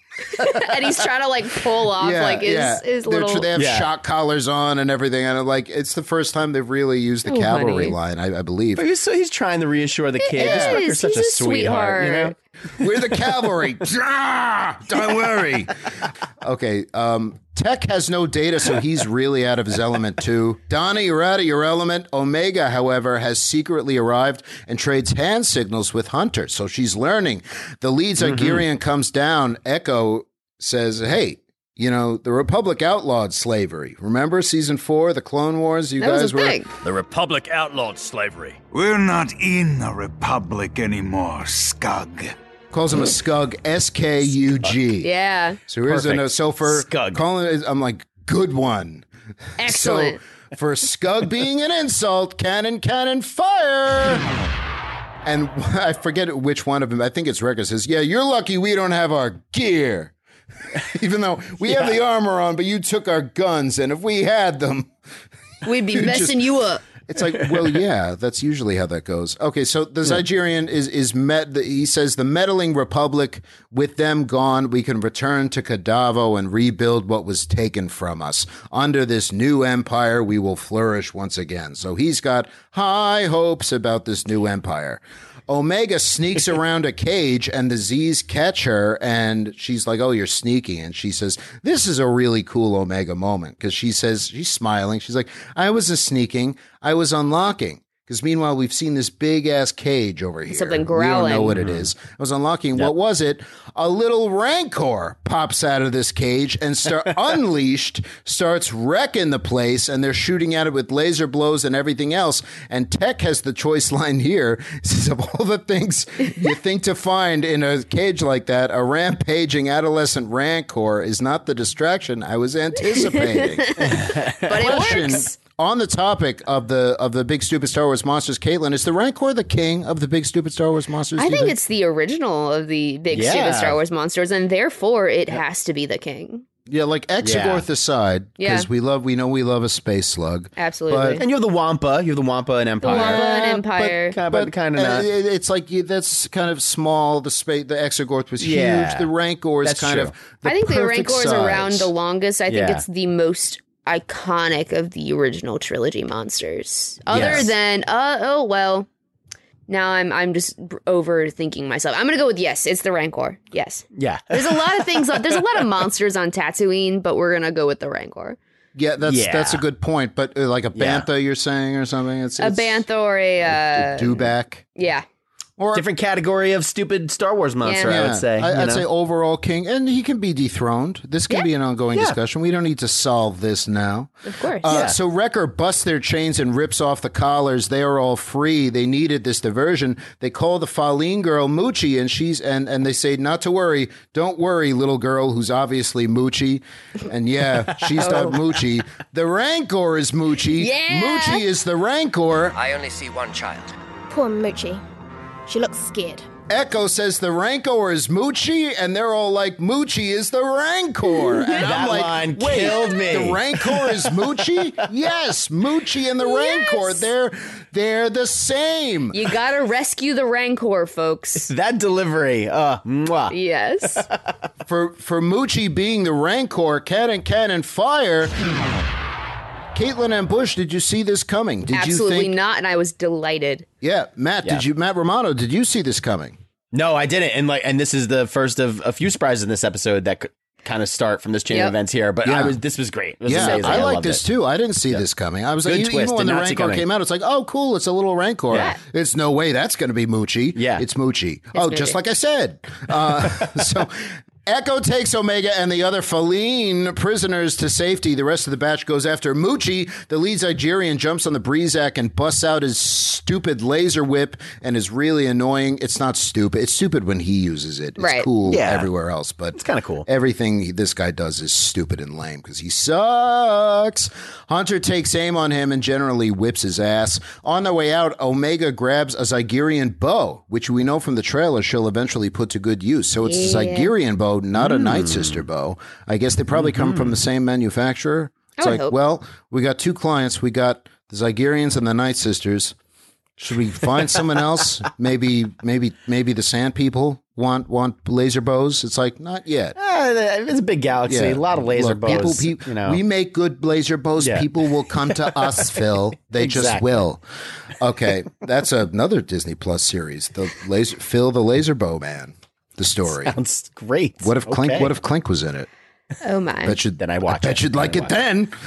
[SPEAKER 2] and he's trying to like pull off like his his
[SPEAKER 1] They're tr-
[SPEAKER 2] little.
[SPEAKER 1] they have
[SPEAKER 3] Yeah.
[SPEAKER 1] shock collars on and everything. And I'm like, it's the first time they've really used the
[SPEAKER 2] Oh,
[SPEAKER 1] cavalry
[SPEAKER 2] honey.
[SPEAKER 1] line, I, I believe.
[SPEAKER 3] But he's, so he's trying to reassure the kid. This
[SPEAKER 2] is.
[SPEAKER 3] Wrecker's such
[SPEAKER 2] He's
[SPEAKER 3] a
[SPEAKER 2] a
[SPEAKER 3] sweetheart, you know?
[SPEAKER 2] sweetheart.
[SPEAKER 1] We're the cavalry. Ah, Don't worry. Okay. Um, Tech has no data, so he's really out of his element too. Donnie, you're out of your element. Omega, however, has secretly arrived and trades hand signals with Hunter, so she's learning. The lead Zygerian comes down. Echo says, "Hey." You know, the Republic outlawed slavery. Remember season four, the Clone Wars? You
[SPEAKER 2] that
[SPEAKER 1] guys
[SPEAKER 2] was a
[SPEAKER 1] were
[SPEAKER 2] thing.
[SPEAKER 5] The Republic outlawed slavery.
[SPEAKER 15] We're not in the Republic anymore, Skug.
[SPEAKER 1] calls him a scug, S K U G.
[SPEAKER 2] Mm. Yeah.
[SPEAKER 1] So here's a
[SPEAKER 3] Perfect.
[SPEAKER 1] note. So for
[SPEAKER 3] Scug.
[SPEAKER 1] calling it, I'm like, good one.
[SPEAKER 2] Excellent.
[SPEAKER 1] So for Scug being an insult, cannon, cannon, fire. And I forget which one of them. I think it's Wrecker says, "Yeah, you're lucky we don't have our gear, even though we have the armor on, but you took our guns, and if we had them,
[SPEAKER 2] We'd be
[SPEAKER 1] You just-
[SPEAKER 2] messing you up.
[SPEAKER 1] it's like, well, yeah, that's usually how that goes. Okay, so the Zygerian is is met. The, he says the meddling republic with them gone, we can return to Kadavo and rebuild what was taken from us. Under this new empire, we will flourish once again. So he's got high hopes about this new empire. Omega sneaks around a cage and the Z's catch her and she's like, Oh, you're sneaky. And she says, This is a really cool Omega moment because she says, She's smiling. She's like, I wasn't sneaking, I was unlocking. Because meanwhile, we've seen this big ass cage over here.
[SPEAKER 2] Something
[SPEAKER 1] We don't know
[SPEAKER 2] growling.
[SPEAKER 1] what it is. I was unlocking. What was it? A little rancor pops out of this cage and start unleashed starts wrecking the place, and they're shooting at it with laser blows and everything else. And Tech has the choice line here: says of all the things you think to find in a cage like that, a rampaging adolescent rancor is not the distraction I was anticipating
[SPEAKER 2] But it
[SPEAKER 1] question
[SPEAKER 2] works.
[SPEAKER 1] on the topic of the of the big stupid Star Wars monsters, Caitlin, is the Rancor the king of the big stupid Star Wars monsters?
[SPEAKER 2] I
[SPEAKER 1] do you
[SPEAKER 2] think it's the original of the big
[SPEAKER 3] Yeah.
[SPEAKER 2] stupid Star Wars monsters, and therefore it has to be the king.
[SPEAKER 1] yeah, like Exegorth aside, because
[SPEAKER 2] Yeah.
[SPEAKER 1] we love we know we love a space slug.
[SPEAKER 2] Absolutely.
[SPEAKER 3] And you have the Wampa. You have the Wampa and Empire.
[SPEAKER 2] Wampa and
[SPEAKER 3] Yeah,
[SPEAKER 2] Empire.
[SPEAKER 3] But, kind- but kind of
[SPEAKER 1] uh,
[SPEAKER 3] not.
[SPEAKER 1] it- it's like you- that's kind of small. The space, the Exegorth was
[SPEAKER 3] Yeah.
[SPEAKER 1] huge. The Rancor is
[SPEAKER 3] That's
[SPEAKER 1] kind
[SPEAKER 3] true.
[SPEAKER 1] of.
[SPEAKER 2] I think the
[SPEAKER 1] perfect
[SPEAKER 2] Rancor is around
[SPEAKER 1] size.
[SPEAKER 2] the longest. I think
[SPEAKER 3] Yeah.
[SPEAKER 2] it's the most iconic of the original trilogy monsters. Other
[SPEAKER 3] Yes.
[SPEAKER 2] than uh oh well. Now I'm I'm just b- overthinking myself. I'm gonna go with yes. It's the Rancor. Yes.
[SPEAKER 3] yeah.
[SPEAKER 2] There's a lot of things. on- There's a lot of monsters on Tatooine, but we're gonna go with the Rancor.
[SPEAKER 1] Yeah, that's
[SPEAKER 3] Yeah.
[SPEAKER 1] that's a good point. But uh, like a
[SPEAKER 3] Yeah.
[SPEAKER 1] bantha, you're saying or something. It's,
[SPEAKER 2] A
[SPEAKER 1] it's
[SPEAKER 2] Bantha or a, uh,
[SPEAKER 1] dewback.
[SPEAKER 2] yeah.
[SPEAKER 1] Or
[SPEAKER 3] Different category of stupid Star Wars monster, I
[SPEAKER 1] Yeah.
[SPEAKER 3] would say.
[SPEAKER 1] I,
[SPEAKER 3] you
[SPEAKER 1] would
[SPEAKER 3] know?
[SPEAKER 1] say overall king, and he can be dethroned. This can
[SPEAKER 2] Yeah.
[SPEAKER 1] be an ongoing
[SPEAKER 3] Yeah.
[SPEAKER 1] discussion. We don't need to solve this now.
[SPEAKER 2] Of course.
[SPEAKER 1] Uh,
[SPEAKER 3] Yeah.
[SPEAKER 1] So Wrecker busts their chains and rips off the collars. They are all free. They needed this diversion. They call the Faline girl Moochie, and she's and and they say not to worry. Don't worry, little girl, who's obviously Moochie, and yeah, she's not Moochie. The Rancor is Moochie.
[SPEAKER 2] Oh. Yeah.
[SPEAKER 1] Moochie is the Rancor.
[SPEAKER 13] I only see one child.
[SPEAKER 14] Poor Moochie. She looks scared.
[SPEAKER 1] Echo says the Rancor is Moochie, and they're all like, Moochie is the Rancor. And I'm
[SPEAKER 3] That
[SPEAKER 1] like,
[SPEAKER 3] line
[SPEAKER 1] wait,
[SPEAKER 3] killed
[SPEAKER 1] The
[SPEAKER 3] me.
[SPEAKER 1] Rancor is Moochie? yes, Moochie and the Rancor, they're they're the same.
[SPEAKER 2] You gotta rescue the Rancor, folks.
[SPEAKER 3] that delivery. Uh, mwah.
[SPEAKER 2] Yes.
[SPEAKER 1] For for Moochie being the Rancor, cannon, cannon, fire. Caitlin and Bush, did you see this coming? Did
[SPEAKER 2] Absolutely
[SPEAKER 1] you think?
[SPEAKER 2] not. And I was delighted.
[SPEAKER 1] Yeah, Matt, did
[SPEAKER 3] Yeah.
[SPEAKER 1] you Matt Romano? Did you see this coming?
[SPEAKER 3] No, I didn't. And like, and this is the first of a few surprises in this episode that c- kind of start from this chain of
[SPEAKER 1] Yep.
[SPEAKER 3] events here, but I
[SPEAKER 1] Yeah.
[SPEAKER 3] was this was great. It was
[SPEAKER 1] yeah,
[SPEAKER 3] amazing.
[SPEAKER 1] I like
[SPEAKER 3] loved
[SPEAKER 1] this
[SPEAKER 3] it.
[SPEAKER 1] too. I didn't see this coming. I was
[SPEAKER 3] Good
[SPEAKER 1] like, e-
[SPEAKER 3] twist,
[SPEAKER 1] even when
[SPEAKER 3] did
[SPEAKER 1] the
[SPEAKER 3] not see
[SPEAKER 1] Rancor
[SPEAKER 3] coming.
[SPEAKER 1] came out, it's like, oh, cool, it's a little Rancor.
[SPEAKER 3] Yeah.
[SPEAKER 1] It's no way that's going to be Moochie. Yeah, it's Moochie. oh,
[SPEAKER 3] Moochie.
[SPEAKER 1] just like I said. Uh, so. Echo takes Omega and the other Feline prisoners to safety. The rest of the batch goes after Moochie. The lead Nigerian jumps on the Breezak and busts out his stupid laser whip and is really annoying. It's not stupid. It's stupid when he uses it. It's
[SPEAKER 2] Right.
[SPEAKER 1] cool
[SPEAKER 3] Yeah.
[SPEAKER 1] everywhere else, but
[SPEAKER 3] It's kind of cool.
[SPEAKER 1] Everything he- this guy does is stupid and lame because he sucks. Hunter takes aim on him and generally whips his ass. On their way out, Omega grabs a Zygerian bow, which we know from the trailer she'll eventually put to good use. So it's a
[SPEAKER 2] Yeah.
[SPEAKER 1] Zygerian bow, not a Night Sister bow. I guess they probably come from the same manufacturer. It's
[SPEAKER 2] would
[SPEAKER 1] like,
[SPEAKER 2] hope.
[SPEAKER 1] well, we got two clients. We got the Zygerians and the Night Sisters. Should we find someone else? Maybe, maybe, maybe the Sand People want want laser bows. It's like not yet.
[SPEAKER 3] Ah, it's a big galaxy, a lot of laser
[SPEAKER 1] Look, people-
[SPEAKER 3] bows.
[SPEAKER 1] peop-
[SPEAKER 3] you know,
[SPEAKER 1] We make good laser bows.
[SPEAKER 3] Yeah.
[SPEAKER 1] People will come to us, Phil. They just
[SPEAKER 3] Exactly.
[SPEAKER 1] will. Okay, that's another Disney Plus series. The laser Phil, the laser bow man. The story.
[SPEAKER 3] sounds great.
[SPEAKER 1] What if Clink?
[SPEAKER 3] Okay.
[SPEAKER 1] What if Clink was in it?
[SPEAKER 2] Oh my.
[SPEAKER 1] Bet you then
[SPEAKER 3] I watch
[SPEAKER 1] Bet
[SPEAKER 3] it.
[SPEAKER 1] you'd like
[SPEAKER 3] Then
[SPEAKER 1] it then.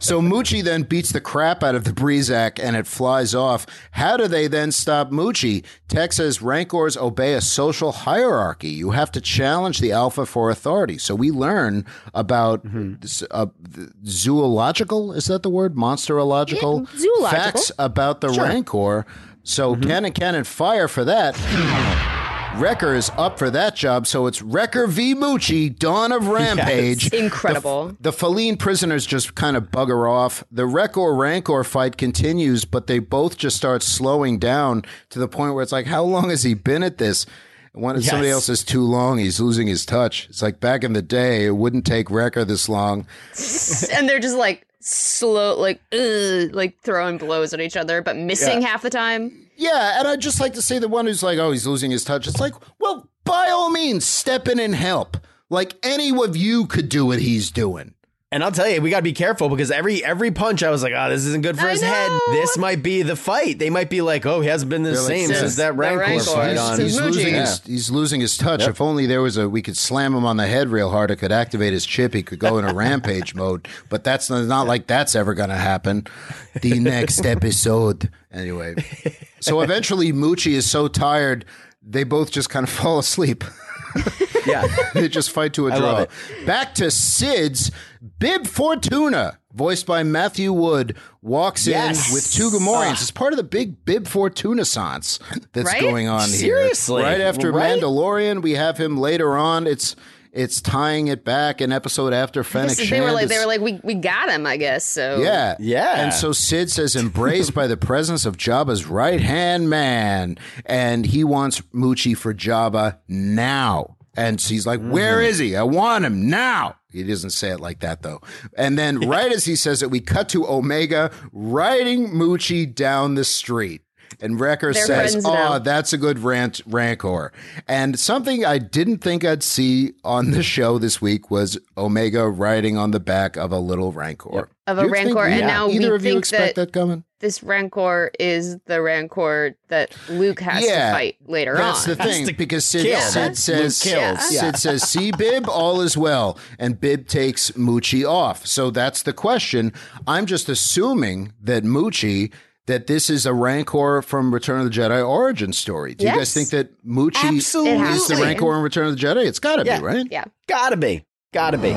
[SPEAKER 1] so Moochie then beats the crap out of the Breezak and it flies off. How do they then stop Moochie? Tech says Rancors obey a social hierarchy. You have to challenge the Alpha for authority. So we learn about
[SPEAKER 3] Mm-hmm.
[SPEAKER 1] z- uh, th- zoological, is that the word? Monsterological?
[SPEAKER 2] Yeah, zoological.
[SPEAKER 1] Facts about the Rancor. So
[SPEAKER 3] Mm-hmm.
[SPEAKER 1] Ken and Ken and fire for that. Wrecker is up for that job, so it's Wrecker v. Moochie, Dawn of Rampage.
[SPEAKER 2] Incredible.
[SPEAKER 1] The, the Feline prisoners just kind of bugger off. The Wrecker Rancor fight continues, but they both just start slowing down to the point where it's like, how long has he been at this? When
[SPEAKER 3] Yes.
[SPEAKER 1] somebody else is too long, he's losing his touch. It's like back in the day, it wouldn't take Wrecker this long.
[SPEAKER 2] and they're just like slow, like ugh, like throwing blows at each other, but missing
[SPEAKER 1] Yeah.
[SPEAKER 2] half the time.
[SPEAKER 1] Yeah, and I'd just like to say the one who's like, oh, he's losing his touch. It's like, well, by all means, step in and help. Like any of you could do what he's doing.
[SPEAKER 3] And I'll tell you, we got to be careful because every every punch, I was like, "Oh, this isn't good for
[SPEAKER 2] I
[SPEAKER 3] his head.
[SPEAKER 2] know.
[SPEAKER 3] This might be the fight. They might be like, oh, he hasn't been the
[SPEAKER 1] They're like,
[SPEAKER 3] same
[SPEAKER 1] "Since
[SPEAKER 3] since that
[SPEAKER 2] the
[SPEAKER 3] Rancor,
[SPEAKER 2] Rancor,
[SPEAKER 3] fight
[SPEAKER 1] He's,
[SPEAKER 3] on."
[SPEAKER 2] since
[SPEAKER 1] he's losing
[SPEAKER 3] Yeah.
[SPEAKER 1] his he's losing his touch. If only there was a we could slam him on the head real hard. It could activate his chip. He could go into rampage mode. But that's not, not like that's ever going to happen. The next episode, anyway. So eventually, Moochie is so tired they both just kind of fall asleep.
[SPEAKER 3] yeah.
[SPEAKER 1] they just fight to a
[SPEAKER 3] I
[SPEAKER 1] draw.
[SPEAKER 3] love
[SPEAKER 1] Back to Sid's Bib Fortuna, voiced by Matthew Wood, walks
[SPEAKER 3] Yes.
[SPEAKER 1] in with two Gamorreans. It's part of the big Bib Fortuna sance that's
[SPEAKER 2] Right?
[SPEAKER 1] going on
[SPEAKER 3] Seriously?
[SPEAKER 1] here. Right after
[SPEAKER 3] Right?
[SPEAKER 1] Mandalorian, we have him later on. It's it's tying it back an episode after Fennec
[SPEAKER 2] This- they were
[SPEAKER 1] Shand.
[SPEAKER 2] like, they
[SPEAKER 1] It's-
[SPEAKER 2] were like, we we got him, I guess. So
[SPEAKER 1] yeah.
[SPEAKER 3] Yeah.
[SPEAKER 1] And so Sid says, embraced by the presence of Jabba's right hand man. And he wants Moochie for Jabba now. And she's like, Where
[SPEAKER 2] Mm-hmm.
[SPEAKER 1] is he? I want him now. He doesn't say it like that, though. And then, right as he says it, we cut to Omega riding Moochie down the street. And Wrecker
[SPEAKER 2] They're
[SPEAKER 1] says,
[SPEAKER 2] friends
[SPEAKER 1] Oh,
[SPEAKER 2] now."
[SPEAKER 1] that's a good rant, rancor. And something I didn't think I'd see on the show this week was Omega riding on the back of a little rancor.
[SPEAKER 2] Of a
[SPEAKER 1] You'd think
[SPEAKER 2] Rancor, and
[SPEAKER 1] we-
[SPEAKER 2] now
[SPEAKER 1] either
[SPEAKER 2] we
[SPEAKER 1] of you
[SPEAKER 2] think
[SPEAKER 1] expect that,
[SPEAKER 2] that-
[SPEAKER 1] coming.
[SPEAKER 2] this Rancor is the Rancor that Luke has
[SPEAKER 1] Yeah.
[SPEAKER 2] to fight later
[SPEAKER 1] That's
[SPEAKER 2] on.
[SPEAKER 1] the thing because Sid,
[SPEAKER 3] kill.
[SPEAKER 1] Sid says,
[SPEAKER 3] Luke kills.
[SPEAKER 1] Sid
[SPEAKER 3] Yeah.
[SPEAKER 1] says, "See Bib, all is well," and Bib takes Moochie off. So that's the question. I'm just assuming that Moochie. That this is a Rancor from Return of the Jedi origin story. Do you guys
[SPEAKER 2] Yes.
[SPEAKER 1] think that Moochie
[SPEAKER 3] Absolutely.
[SPEAKER 2] It
[SPEAKER 1] is
[SPEAKER 2] has
[SPEAKER 1] the
[SPEAKER 2] to be.
[SPEAKER 1] Rancor in Return of the Jedi? It's got to
[SPEAKER 3] Yeah.
[SPEAKER 1] be, right?
[SPEAKER 2] Yeah.
[SPEAKER 3] Gotta be. Gotta be.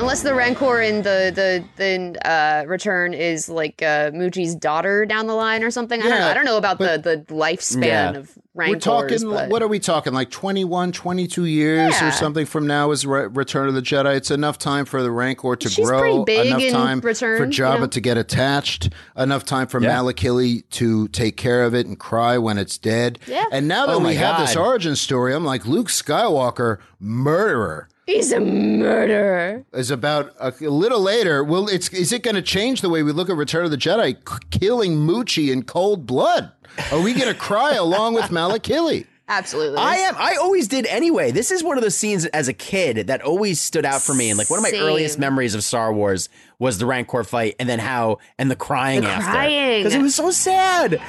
[SPEAKER 2] Unless the Rancor in the the the uh, return is like uh, Muji's daughter down the line or something. I don't
[SPEAKER 1] Yeah,
[SPEAKER 2] know. I don't know about the
[SPEAKER 1] but-
[SPEAKER 2] the lifespan
[SPEAKER 3] Yeah.
[SPEAKER 2] of Rancors.
[SPEAKER 1] We're talking,
[SPEAKER 2] but-
[SPEAKER 1] what are we talking? Like 21, 22 years
[SPEAKER 2] Yeah.
[SPEAKER 1] or something from now is Re- Return of the Jedi. It's enough time for the Rancor to
[SPEAKER 2] She's
[SPEAKER 1] grow,
[SPEAKER 2] pretty big
[SPEAKER 1] enough
[SPEAKER 2] in
[SPEAKER 1] time
[SPEAKER 2] Return,
[SPEAKER 1] for
[SPEAKER 2] you
[SPEAKER 1] Jabba
[SPEAKER 2] know?
[SPEAKER 1] to get attached, enough time for
[SPEAKER 3] Yeah.
[SPEAKER 1] Malakili to take care of it and cry when it's dead.
[SPEAKER 2] Yeah.
[SPEAKER 1] And now that
[SPEAKER 3] Oh
[SPEAKER 1] we
[SPEAKER 3] my
[SPEAKER 1] have this
[SPEAKER 3] God.
[SPEAKER 1] origin story, I'm like, Luke Skywalker, murderer.
[SPEAKER 2] He's a murderer.
[SPEAKER 1] Is about a, a little later. Well, it's is it going to change the way we look at Return of the Jedi? C- killing Moochie in cold blood. Are we going to cry along with Malakili?
[SPEAKER 2] Absolutely.
[SPEAKER 3] I am. I always did anyway. This is one of those scenes as a kid that always stood out for me. And like one of my
[SPEAKER 2] Same.
[SPEAKER 3] earliest memories of Star Wars was the Rancor fight and then how, and the crying
[SPEAKER 2] The
[SPEAKER 3] after.
[SPEAKER 2] crying.
[SPEAKER 3] Because it was so sad.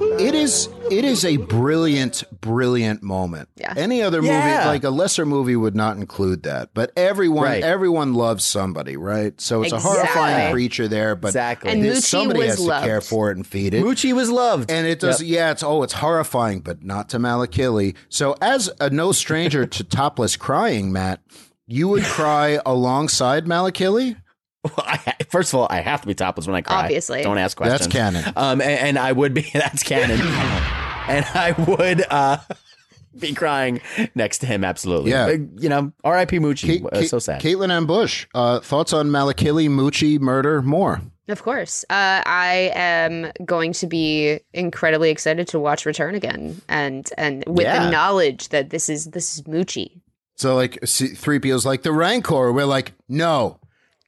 [SPEAKER 1] It is it is a brilliant, brilliant moment.
[SPEAKER 2] Yeah.
[SPEAKER 1] Any other movie,
[SPEAKER 3] Yeah.
[SPEAKER 1] like a lesser movie, would not include that. But everyone,
[SPEAKER 3] Right.
[SPEAKER 1] everyone loves somebody, right? So it's a
[SPEAKER 2] Exactly.
[SPEAKER 1] horrifying creature there, but
[SPEAKER 3] Exactly.
[SPEAKER 2] And
[SPEAKER 1] this-
[SPEAKER 2] Moochie
[SPEAKER 1] somebody
[SPEAKER 2] was
[SPEAKER 1] has
[SPEAKER 2] loved.
[SPEAKER 1] to care for it and feed it.
[SPEAKER 3] Moochie was loved.
[SPEAKER 1] And it does,
[SPEAKER 3] Yep.
[SPEAKER 1] yeah, it's, oh, it's horrifying, but not to Malakili. So, as a no stranger to topless crying, Matt, you would cry alongside Malakili?
[SPEAKER 3] I, first of all, I have to be topless when I cry.
[SPEAKER 2] Obviously.
[SPEAKER 3] don't ask
[SPEAKER 1] That's
[SPEAKER 3] questions.
[SPEAKER 1] canon.
[SPEAKER 3] Um, and, and I would be. That's canon. and I would uh, be crying next to him. Absolutely.
[SPEAKER 1] Yeah.
[SPEAKER 3] Uh, you know, R.I.P. Moochie.
[SPEAKER 1] Ka-
[SPEAKER 3] Uh,
[SPEAKER 1] Ka-
[SPEAKER 3] so sad.
[SPEAKER 1] Caitlin and Bush, uh, thoughts on Malakili, Moochie, murder, more?
[SPEAKER 2] Of course. Uh, I am going to be incredibly excited to watch Return again and and with
[SPEAKER 1] Yeah.
[SPEAKER 2] the knowledge that this is this is Moochie.
[SPEAKER 1] So like three PO's like the Rancor. We're like, no,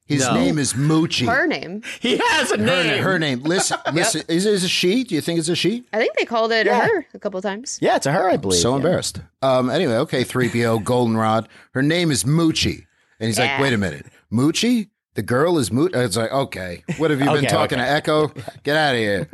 [SPEAKER 1] his
[SPEAKER 3] No.
[SPEAKER 1] name is Moochie.
[SPEAKER 2] Her name.
[SPEAKER 3] he has a
[SPEAKER 1] Her,
[SPEAKER 3] name.
[SPEAKER 1] her name. Listen, listen. Is is it a she? Do you think it's a she?
[SPEAKER 2] I think they called it
[SPEAKER 3] Yeah.
[SPEAKER 2] her a couple times.
[SPEAKER 3] yeah, it's a her. I believe.
[SPEAKER 1] So
[SPEAKER 3] Yeah.
[SPEAKER 1] embarrassed. Um. Anyway, okay. Three PO Goldenrod. Her name is Moochie, and he's like,
[SPEAKER 2] Yeah.
[SPEAKER 1] wait a minute, Moochie. The girl is moot. It's like, okay, what have you been
[SPEAKER 3] Okay,
[SPEAKER 1] talking
[SPEAKER 3] okay.
[SPEAKER 1] to Echo? Get out of here.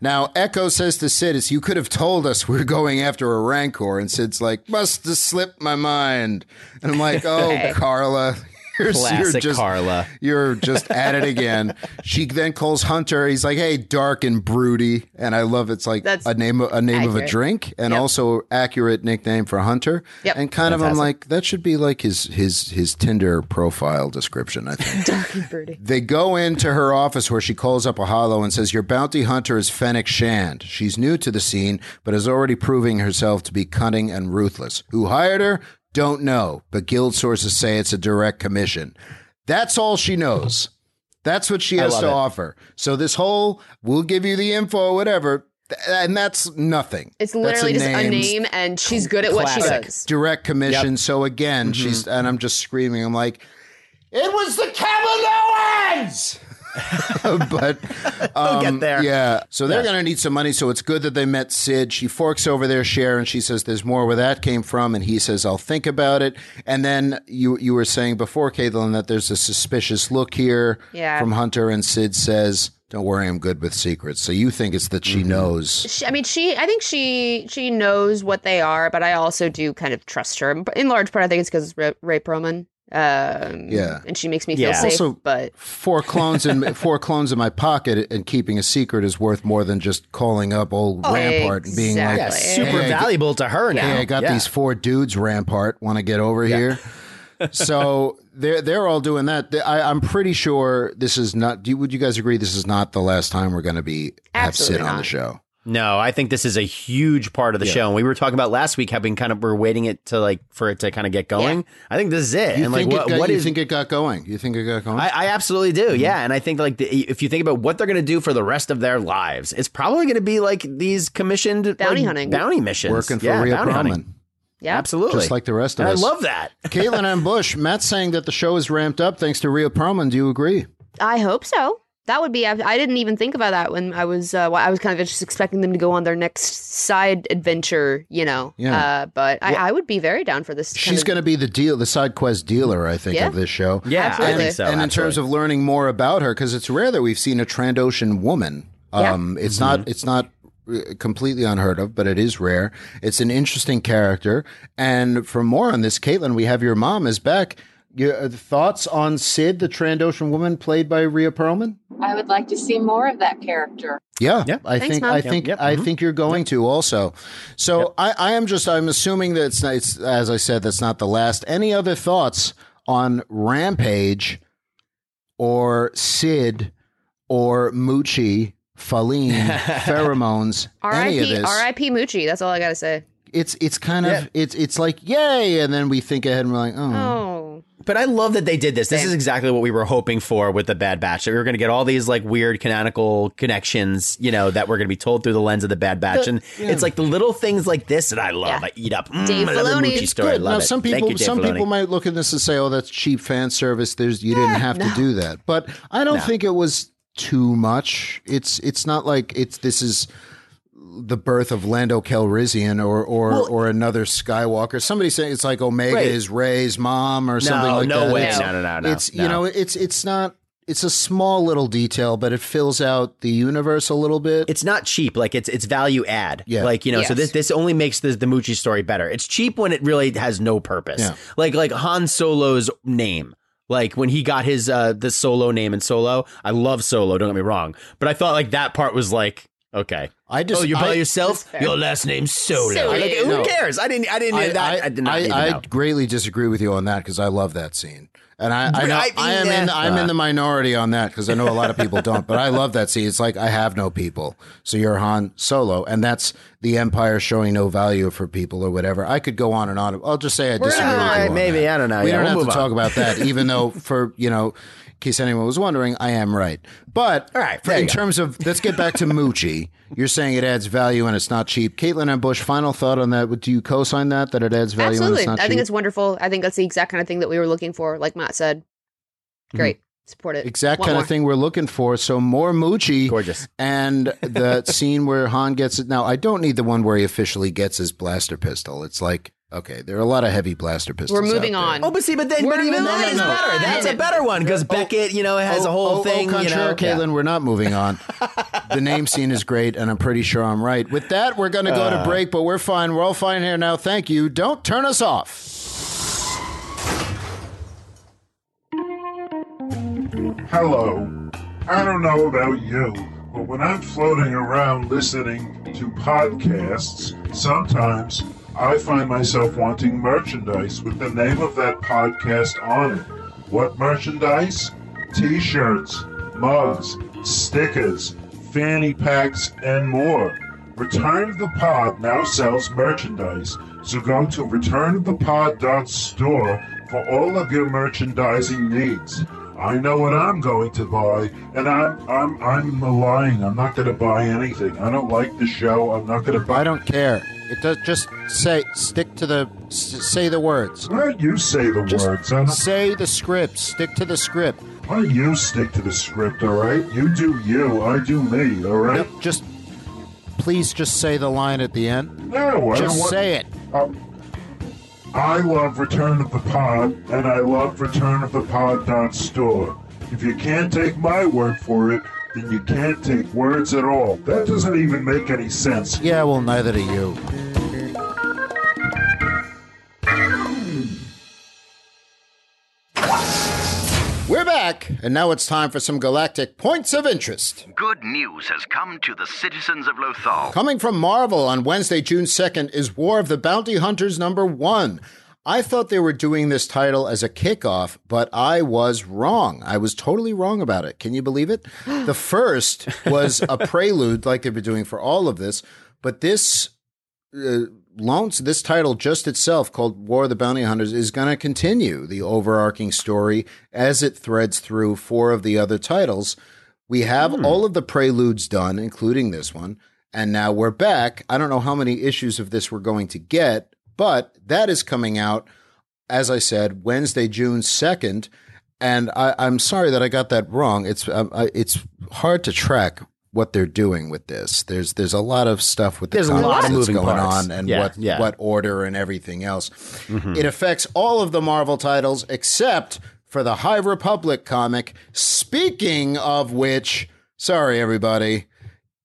[SPEAKER 1] now, Echo says to Sid, it's, you could have told us we're going after a Rancor. And Sid's like, must have slipped my mind. And I'm like, oh, Carla, you're,
[SPEAKER 3] Classic
[SPEAKER 1] you're just,
[SPEAKER 3] Carla.
[SPEAKER 1] You're just at it again. she then calls Hunter. He's like, "Hey, dark and broody," and I love it's like
[SPEAKER 2] That's
[SPEAKER 1] a name a name of a
[SPEAKER 2] accurate.
[SPEAKER 1] drink and
[SPEAKER 2] Yep.
[SPEAKER 1] also accurate nickname for Hunter.
[SPEAKER 2] Yep.
[SPEAKER 1] And kind of, I'm
[SPEAKER 3] Fantastic.
[SPEAKER 1] like, that should be like his his his Tinder profile description. I think
[SPEAKER 2] Broody.
[SPEAKER 1] they go into her office where she calls up a hollow and says, Your bounty hunter is Fennec Shand. She's new to the scene, but is already proving herself to be cunning and ruthless. Who hired her? Don't know, but guild sources say it's a direct commission. That's all she knows. That's what she
[SPEAKER 3] I
[SPEAKER 1] has
[SPEAKER 3] love
[SPEAKER 1] to
[SPEAKER 3] it.
[SPEAKER 1] offer. So this whole we'll give you the info, whatever, th- and that's nothing.
[SPEAKER 2] It's
[SPEAKER 1] That's
[SPEAKER 2] literally just a name and she's good at what she
[SPEAKER 3] Classic.
[SPEAKER 2] does.
[SPEAKER 1] Direct commission. So again,
[SPEAKER 3] Mm-hmm.
[SPEAKER 1] she's and I'm just screaming. I'm like, it was the Kaminoans. but um,
[SPEAKER 3] get there.
[SPEAKER 1] Yeah. So they're going to need some money. So it's good that they met Sid. She forks over their share and she says, "There's more where that came from." And he says, "I'll think about it." And then you you were saying before, Caitlin, that there's a suspicious look here
[SPEAKER 2] Yeah.
[SPEAKER 1] from Hunter, and Sid says, "Don't worry, I'm good with secrets." So you think it's that she
[SPEAKER 3] Mm-hmm.
[SPEAKER 1] knows?
[SPEAKER 2] She, I mean, she. I think she she knows what they are, but I also do kind of trust her. But In large part, I think it's because Ray, Ray Perlman. Um,
[SPEAKER 1] Yeah.
[SPEAKER 2] and she makes me feel
[SPEAKER 3] Yeah.
[SPEAKER 2] safe.
[SPEAKER 1] Also-
[SPEAKER 2] but
[SPEAKER 1] Four clones in four clones in my pocket, and keeping a secret is worth more than just calling up old Rampart and being like,
[SPEAKER 3] Oh, Yeah,
[SPEAKER 2] Exactly.
[SPEAKER 3] super
[SPEAKER 1] Hey, I-
[SPEAKER 3] valuable to her now.
[SPEAKER 1] Hey, I got
[SPEAKER 3] Yeah.
[SPEAKER 1] these four dudes, Rampart. Want to get over here? so they're they're all doing that. They- I, I'm pretty sure this is not. Do you, would you guys agree? This is not the last time we're going to be have Sid
[SPEAKER 2] Absolutely
[SPEAKER 1] on the
[SPEAKER 2] not.
[SPEAKER 1] show.
[SPEAKER 3] No, I think this is a huge part of the
[SPEAKER 1] Yeah.
[SPEAKER 3] show. And we were talking about last week how we kind of we're waiting it to like for it to kind of get going. I think this is it.
[SPEAKER 1] You
[SPEAKER 3] and like
[SPEAKER 1] think
[SPEAKER 3] what
[SPEAKER 1] it got,
[SPEAKER 3] what
[SPEAKER 1] you
[SPEAKER 3] is
[SPEAKER 1] think it Mm-hmm. got going? You think it got going?
[SPEAKER 3] I, I absolutely do. Yeah. And I think like the, if you think about what they're going to do for the rest of their lives, it's probably going to be like these commissioned
[SPEAKER 2] Bounty
[SPEAKER 3] like,
[SPEAKER 2] hunting.
[SPEAKER 3] bounty missions,
[SPEAKER 1] Working for
[SPEAKER 3] yeah,
[SPEAKER 1] Rhea
[SPEAKER 3] bounty hunting.
[SPEAKER 1] Perlman,
[SPEAKER 2] yeah,
[SPEAKER 3] Absolutely.
[SPEAKER 1] just like the rest of
[SPEAKER 3] and I
[SPEAKER 1] us.
[SPEAKER 3] love that.
[SPEAKER 1] Caitlin and Bush. Matt's saying that the show is ramped up thanks to Rhea Perlman. Do you agree?
[SPEAKER 2] I hope so. That would be. I didn't even think about that when I was. Uh, well, I was kind of just expecting them to go on their next side adventure. You know.
[SPEAKER 1] Yeah.
[SPEAKER 2] Uh, but I, I would be very down for this.
[SPEAKER 1] She's going
[SPEAKER 2] kind
[SPEAKER 1] to be the deal, the side quest dealer, I think,
[SPEAKER 2] Yeah.
[SPEAKER 1] of this show.
[SPEAKER 3] Yeah,
[SPEAKER 2] Absolutely.
[SPEAKER 3] I think so.
[SPEAKER 1] and in terms of learning more about her, because it's rare that we've seen a Trandoshan woman.
[SPEAKER 2] Yeah.
[SPEAKER 1] Um, It's
[SPEAKER 3] Mm-hmm.
[SPEAKER 1] not. It's not uh, completely unheard of, but it is rare. It's an interesting character. And for more on this, Caitlin, we have your mom is back. Your uh, thoughts on Sid, the Trandoshan woman played by Rhea Perlman?
[SPEAKER 16] I would like to see more of that character.
[SPEAKER 1] Yeah,
[SPEAKER 3] Yeah.
[SPEAKER 1] I
[SPEAKER 2] Thanks,
[SPEAKER 1] think
[SPEAKER 2] Mom.
[SPEAKER 1] I
[SPEAKER 2] Yep,
[SPEAKER 1] think
[SPEAKER 3] yep,
[SPEAKER 1] I
[SPEAKER 3] mhm.
[SPEAKER 1] think you're going to also. So
[SPEAKER 3] Yep.
[SPEAKER 1] I, I am just I'm assuming that it's, not, it's as I said that's not the last. Any other thoughts on Rampage or Sid or Moochie, Faline, pheromones, any of
[SPEAKER 2] R.I.P.
[SPEAKER 1] this?
[SPEAKER 2] R.I.P. Moochie. That's all I gotta say.
[SPEAKER 1] It's it's kind of
[SPEAKER 3] Yeah.
[SPEAKER 1] it's it's like yay, and then we think ahead and we're like oh.
[SPEAKER 2] Oh.
[SPEAKER 3] But I love that they did this. This
[SPEAKER 2] Same.
[SPEAKER 3] is exactly what we were hoping for with the Bad Batch. That we were going to get all these like weird canonical connections, you know, that were going to be told through the lens of the Bad Batch. And it's like the little things like this that I love.
[SPEAKER 2] Yeah.
[SPEAKER 3] I eat up. Mm,
[SPEAKER 2] Dave
[SPEAKER 3] I love a
[SPEAKER 2] Filoni.
[SPEAKER 3] Moochie
[SPEAKER 2] It's
[SPEAKER 3] story. I
[SPEAKER 1] Good.
[SPEAKER 3] love
[SPEAKER 1] Now,
[SPEAKER 3] it.
[SPEAKER 1] some
[SPEAKER 3] Thank
[SPEAKER 1] people,
[SPEAKER 3] you, Dave
[SPEAKER 1] some
[SPEAKER 3] Filoni.
[SPEAKER 1] people might look at this and say, "Oh, that's cheap fan service. There's you didn't have to do that." But I don't think it was too much. It's it's not like it's this is the birth of Lando Calrissian or or or another Skywalker. Somebody saying it's like Omega
[SPEAKER 3] Right.
[SPEAKER 1] is Ray's mom or something
[SPEAKER 3] No,
[SPEAKER 1] like
[SPEAKER 3] no
[SPEAKER 1] that.
[SPEAKER 3] way.
[SPEAKER 1] It's-
[SPEAKER 3] No, no, no, no,
[SPEAKER 1] It's you
[SPEAKER 3] no.
[SPEAKER 1] know, it's it's not. It's a small little detail, but it fills out the universe a little bit.
[SPEAKER 3] It's not cheap. Like it's it's value add.
[SPEAKER 1] Yeah.
[SPEAKER 3] Like you know, so
[SPEAKER 1] Yes.
[SPEAKER 3] this this only makes the the Mucci story better. It's cheap when it really has no purpose.
[SPEAKER 1] Yeah.
[SPEAKER 3] Like like Han Solo's name. Like when he got his uh the solo name in Solo. I love Solo. Don't get me wrong, but I thought like that part was like okay.
[SPEAKER 1] I just-
[SPEAKER 3] oh you're by
[SPEAKER 1] I-
[SPEAKER 3] yourself.
[SPEAKER 1] That's fair.
[SPEAKER 3] Your last name's Solo.
[SPEAKER 1] Solo.
[SPEAKER 3] Like, who
[SPEAKER 1] No.
[SPEAKER 3] cares? I didn't. I didn't. I, that, I, did not. need to
[SPEAKER 1] I
[SPEAKER 3] know.
[SPEAKER 1] greatly disagree with you on that because I love that scene, and I, I know I,
[SPEAKER 3] I mean,
[SPEAKER 1] am in
[SPEAKER 3] uh,
[SPEAKER 1] I'm in the minority on that because I know a lot of people don't, but I love that scene. It's like I have no people, so you're Han Solo, and that's the Empire showing no value for people or whatever. I could go on and on. I'll just say I
[SPEAKER 3] We're
[SPEAKER 1] disagree.
[SPEAKER 3] gonna-
[SPEAKER 1] with you on
[SPEAKER 3] maybe,
[SPEAKER 1] that.
[SPEAKER 3] I don't know.
[SPEAKER 1] We
[SPEAKER 3] Yeah,
[SPEAKER 1] don't
[SPEAKER 3] we'll
[SPEAKER 1] have
[SPEAKER 3] move
[SPEAKER 1] to
[SPEAKER 3] on.
[SPEAKER 1] talk about that, even though for you know. In case anyone was wondering, I am right. But all
[SPEAKER 3] right, there
[SPEAKER 1] in
[SPEAKER 3] you go.
[SPEAKER 1] terms of let's get back to Moochie, you're saying it adds value and it's not cheap. Caitlin and Bush, final thought on that. Do you co-sign that that it adds value
[SPEAKER 2] Absolutely.
[SPEAKER 1] and it's not
[SPEAKER 2] I think
[SPEAKER 1] cheap?
[SPEAKER 2] it's wonderful. I think that's the exact kind of thing that we were looking for, like Matt said. Great. Support it.
[SPEAKER 1] Mm-hmm. exact
[SPEAKER 2] Want
[SPEAKER 1] kind
[SPEAKER 2] more.
[SPEAKER 1] of thing we're looking for. So more Moochie,
[SPEAKER 3] gorgeous,
[SPEAKER 1] and the scene where Han gets it. Now I don't need the one where he officially gets his blaster pistol. It's like okay, there are a lot of heavy blaster pistols.
[SPEAKER 2] We're moving
[SPEAKER 1] out there.
[SPEAKER 2] on.
[SPEAKER 3] Oh, but see, but then,
[SPEAKER 2] We're
[SPEAKER 3] but even
[SPEAKER 2] moving
[SPEAKER 3] that is
[SPEAKER 2] on.
[SPEAKER 3] better. That's a better one
[SPEAKER 1] Oh,
[SPEAKER 3] because Beckett, you know, has a whole thing.
[SPEAKER 1] Au
[SPEAKER 3] you
[SPEAKER 1] contraire,
[SPEAKER 3] know,
[SPEAKER 1] Caitlin, we're not moving on. the name scene is great, and I'm pretty sure I'm right. With that, we're going to go to
[SPEAKER 3] Uh.
[SPEAKER 1] break, but we're fine. We're all fine here now. Thank you. Don't turn us off.
[SPEAKER 4] Hello. I don't know about you, but when I'm floating around listening to podcasts, sometimes I find myself wanting merchandise with the name of that podcast on it. What merchandise? T shirts, mugs, stickers, fanny packs, and more. Return of the Pod now sells merchandise, so go to returnofthepod.store for all of your merchandising needs. I know what I'm going to buy, and I'm I'm I'm lying. I'm not going to buy anything. I don't like the show. I'm not going to buy.
[SPEAKER 1] I don't care. It does just say stick to the s- say the words.
[SPEAKER 4] Why don't you say the
[SPEAKER 1] Just
[SPEAKER 4] words? I don't-
[SPEAKER 1] say the script. Stick to the script.
[SPEAKER 4] Why don't you stick to the script? All right, you do you. I do me. All right.
[SPEAKER 1] No, just please just say the line at the end.
[SPEAKER 4] No, I don't
[SPEAKER 1] Just
[SPEAKER 4] want-
[SPEAKER 1] say it.
[SPEAKER 4] I love Return of the Pod, and I love Return of the Pod store. If you can't take my word for it, then you can't take words at all. That doesn't even make any sense.
[SPEAKER 1] Yeah, well, neither do you. We're back, and now it's time for some galactic points of interest.
[SPEAKER 17] Good news has come to the citizens of Lothal.
[SPEAKER 1] Coming from Marvel on Wednesday, June 2nd, is War of the Bounty Hunters number one. I thought they were doing this title as a kickoff, but I was wrong. I was totally wrong about it. Can you believe it? The first was a prelude, like they've been doing for all of this, but this uh, launch this title just itself called War of the Bounty Hunters is going to continue the overarching story as it threads through four of the other titles. We have all of the preludes done, including this one, and now we're back. I don't know how many issues of this we're going to get, but that is coming out, as I said, Wednesday, June 2nd. And I, I'm sorry that I got that wrong. It's um, I, it's hard to track what they're doing with this. There's there's a lot of stuff with the
[SPEAKER 3] There's a lot
[SPEAKER 1] comics
[SPEAKER 3] of
[SPEAKER 1] that's
[SPEAKER 3] moving
[SPEAKER 1] going
[SPEAKER 3] parts.
[SPEAKER 1] on and
[SPEAKER 3] Yeah,
[SPEAKER 1] what
[SPEAKER 3] yeah. Mm-hmm.
[SPEAKER 1] what order and everything else. It affects all of the Marvel titles except for the High Republic comic. Speaking of which, sorry everybody,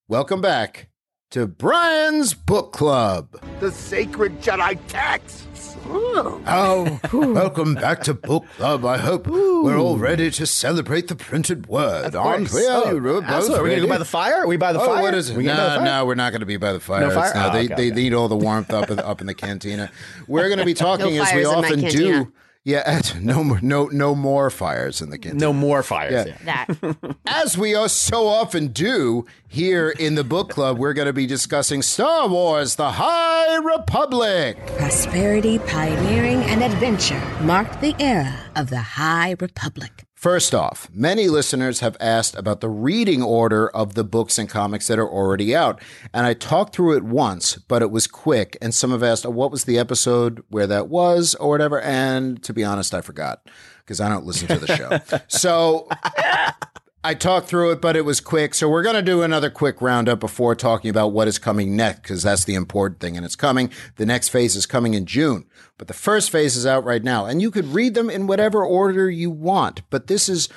[SPEAKER 1] welcome back to Brian's book club.
[SPEAKER 12] The sacred Jedi texts.
[SPEAKER 1] Oh, welcome back to book club. I hope we're all ready to celebrate the printed word. Aren't we?
[SPEAKER 3] Oh,
[SPEAKER 1] Are you both
[SPEAKER 3] absolutely. Are we gonna go
[SPEAKER 1] ready?
[SPEAKER 3] by the fire? Are we by the
[SPEAKER 1] oh,
[SPEAKER 3] fire?
[SPEAKER 1] What is it?
[SPEAKER 3] We gonna go by
[SPEAKER 1] No,
[SPEAKER 3] the fire?
[SPEAKER 1] no, we're not going to be by the fire.
[SPEAKER 3] No fire?
[SPEAKER 1] It's not-
[SPEAKER 3] Oh,
[SPEAKER 1] they
[SPEAKER 3] okay,
[SPEAKER 1] they
[SPEAKER 3] okay.
[SPEAKER 1] need all the warmth up in, up in the cantina. We're going to be talking
[SPEAKER 2] No
[SPEAKER 1] as we
[SPEAKER 2] fires in my
[SPEAKER 1] often
[SPEAKER 2] cantina.
[SPEAKER 1] do. Yeah, no more, no, no more fires in the cantina.
[SPEAKER 3] No more fires.
[SPEAKER 1] Yeah.
[SPEAKER 3] yeah.
[SPEAKER 2] That.
[SPEAKER 1] As we are so often do here in the book club, we're going to be discussing Star Wars: The High Republic.
[SPEAKER 18] Prosperity, pioneering, and adventure marked the era of the High Republic.
[SPEAKER 1] First off, many listeners have asked about the reading order of the books and comics that are already out. And I talked through it once, but it was quick. And some have asked, oh, what was the episode where that was or whatever? And to be honest, I forgot because I don't listen to the show. so I talked through it, but it was quick. So we're going to do another quick roundup before talking about what is coming next, because that's the important thing. And it's coming. The next phase is coming in June, but the first phase is out right now. And you could read them in whatever order you want. But this is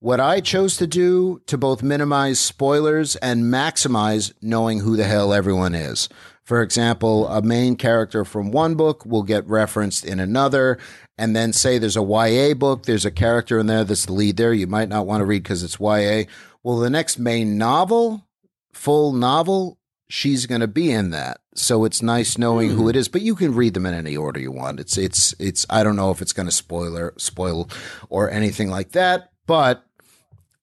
[SPEAKER 1] what I chose to do to both minimize spoilers and maximize knowing who the hell everyone is. For example, a main character from one book will get referenced in another, and then say there's a YA book, there's a character in there that's the lead there you might not want to read because it's YA. Well, the next main novel, full novel, she's going to be in that. So it's nice knowing who it is, but you can read them in any order you want. It's it's it's I don't know if it's going to spoiler spoil or anything like that, but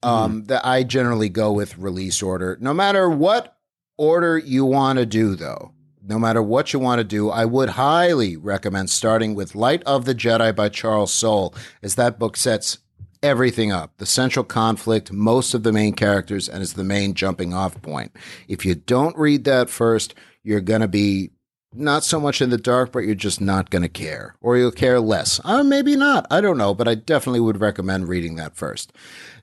[SPEAKER 1] um, the, I generally go with release order. No matter what order you want to do, though, no matter what you want to do, I would highly recommend starting with Light of the Jedi by Charles Soule, as that book sets everything up the central conflict, most of the main characters, and is the main jumping off point. If you don't read that first, you're going to be not so much in the dark, but you're just not going to care, or you'll care less. Uh, maybe not. I don't know, but I definitely would recommend reading that first.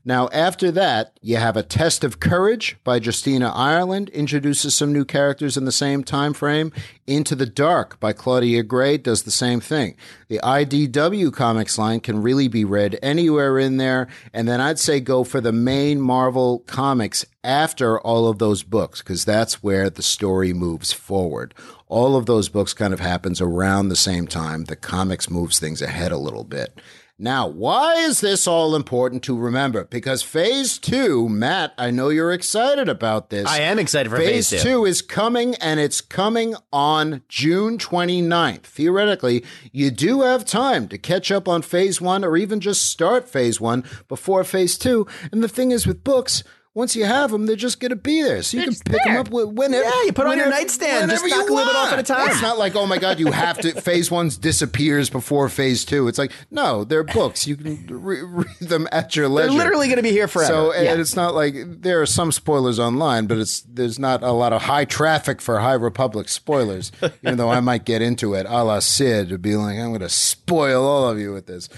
[SPEAKER 1] Now, after that, you have A Test of Courage by Justina Ireland, introduces some new characters in the same time frame. Into the Dark by Claudia Gray does the same thing. The IDW comics line can really be read anywhere in there, and then I'd say go for the main Marvel comics after all of those books, because that's where the story moves forward. All of those books kind of happens around the same time. The comics moves things ahead a little bit. Now, why is this all important to remember? Because phase two, Matt, I know you're excited about this.
[SPEAKER 3] I am excited for
[SPEAKER 1] phase,
[SPEAKER 3] phase two.
[SPEAKER 1] two is coming and it's coming on June 29th. Theoretically, you do have time to catch up on phase one or even just start phase one before phase two. And the thing is with books, once you have them, they're just going to be there. So you
[SPEAKER 3] It's
[SPEAKER 1] can pick
[SPEAKER 3] there.
[SPEAKER 1] them up with- whenever.
[SPEAKER 3] Yeah, you put it on your
[SPEAKER 1] whenever-
[SPEAKER 3] nightstand. Just
[SPEAKER 1] whenever
[SPEAKER 3] knock
[SPEAKER 1] you
[SPEAKER 3] a little bit off
[SPEAKER 1] want.
[SPEAKER 3] at a time.
[SPEAKER 1] It's not like, oh my God, you have to. Phase one disappears before phase two. It's like, no, they're books. You can re- read them at your leisure.
[SPEAKER 3] literally gonna be here forever.
[SPEAKER 1] So and
[SPEAKER 3] Yeah.
[SPEAKER 1] it's not like there are some spoilers online, but it's there's not a lot of high traffic for High Republic spoilers. even though I might get into it, a la Sid, to be like, I'm going to spoil all of you with this.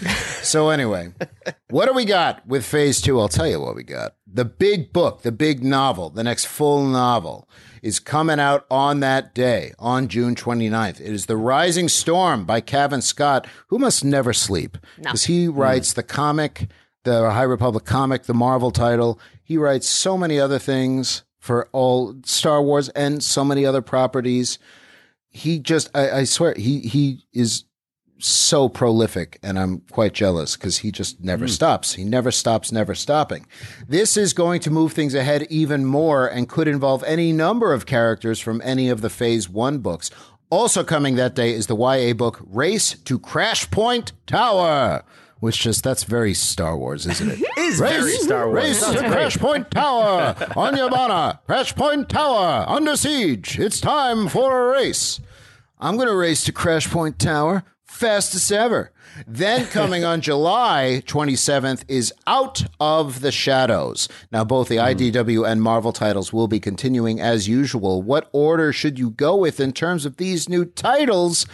[SPEAKER 1] So anyway, what do we got with phase two? I'll tell you what we got. The big book, the big novel, the next full novel is coming out on that day, on June 29th. It is The Rising Storm by Kevin Scott, who must never sleep because
[SPEAKER 3] Mm.
[SPEAKER 1] he writes the comic, the High Republic comic, the Marvel title. He writes so many other things for all Star Wars and so many other properties. He just, I, I swear, he he is so prolific, and I'm quite jealous because he just never stops. He never stops, never stopping. This is going to move things ahead even more and could involve any number of characters from any of the Phase One books. Also coming that day is the YA book Race to Crash Point Tower, which just that's very Star Wars, isn't it?
[SPEAKER 3] is very Star Wars.
[SPEAKER 1] Race
[SPEAKER 3] Sounds
[SPEAKER 1] to
[SPEAKER 3] great.
[SPEAKER 1] Crash Point Tower! On your banner! Crash Point Tower! Under siege! It's time for a race! I'm going to race to Crash Point Tower fastest ever. Then coming on July 27th is Out of the Shadows. Now, both the IDW and Marvel titles will be continuing as usual. What order should you go with in terms of these new titles?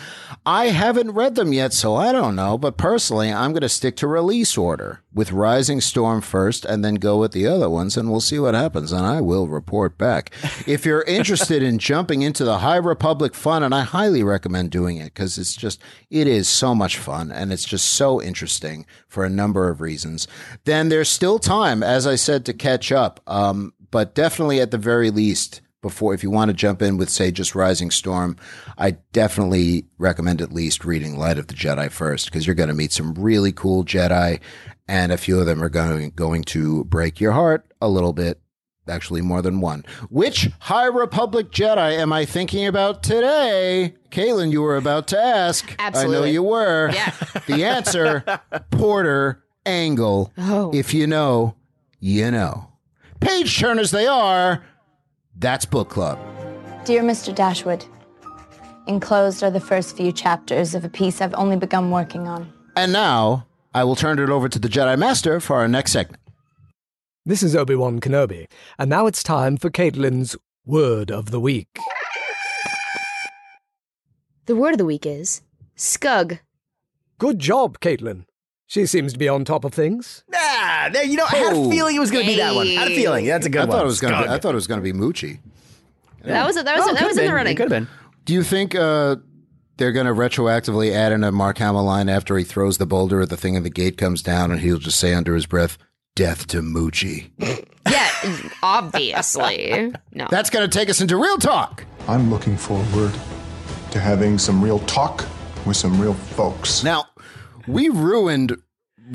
[SPEAKER 1] I haven't read them yet, so I don't know. But personally, I'm going to stick to release order with Rising Storm first and then go with the other ones, and we'll see what happens. And I will report back. If you're interested in jumping into the High Republic fun, and I highly recommend doing it because it's just, it is so much fun and it's just so interesting for a number of reasons, then there's still time, as I said, to catch up. Um, but definitely at the very least, before if you want to jump in with say just rising storm i definitely recommend at least reading light of the jedi first because you're going to meet some really cool jedi and a few of them are going going to break your heart a little bit actually more than one which high republic jedi am i thinking about today Kaylin, you were about to ask. I know
[SPEAKER 2] Absolutely.
[SPEAKER 1] you were.
[SPEAKER 2] Yeah.
[SPEAKER 1] The answer Porter Angle.
[SPEAKER 2] Oh.
[SPEAKER 1] If you know, you know. Page turners they are. That's Book Club.
[SPEAKER 19] Dear Mr. Dashwood, enclosed are the first few chapters of a piece I've only begun working on.
[SPEAKER 1] And now I will turn it over to the Jedi Master for our next segment.
[SPEAKER 20] This is Obi Wan Kenobi, and now it's time for Caitlin's Word of the Week.
[SPEAKER 2] The word of the week is scug.
[SPEAKER 20] Good job, Caitlin. She seems to be on top of things.
[SPEAKER 3] Ah, there, you know, I had a feeling it was going to be that one. I had a feeling. That's a good
[SPEAKER 1] Oh. I
[SPEAKER 3] one.
[SPEAKER 1] Thought it was gonna be,
[SPEAKER 3] Scug.
[SPEAKER 1] I thought it was going to be Moochie.
[SPEAKER 2] That was that was
[SPEAKER 3] Oh,
[SPEAKER 2] that
[SPEAKER 3] could
[SPEAKER 2] was in
[SPEAKER 3] have
[SPEAKER 2] the
[SPEAKER 3] been. It
[SPEAKER 2] running.
[SPEAKER 3] could have been.
[SPEAKER 1] Do you think uh, they're going to retroactively add in a Mark Hamill line after he throws the boulder at the thing and the gate comes down and he'll just say under his breath, Death to Moochie.
[SPEAKER 2] Yeah, obviously. No.
[SPEAKER 1] That's going to take us into real talk.
[SPEAKER 21] I'm looking forward to having some real talk with some real folks.
[SPEAKER 1] Now, we ruined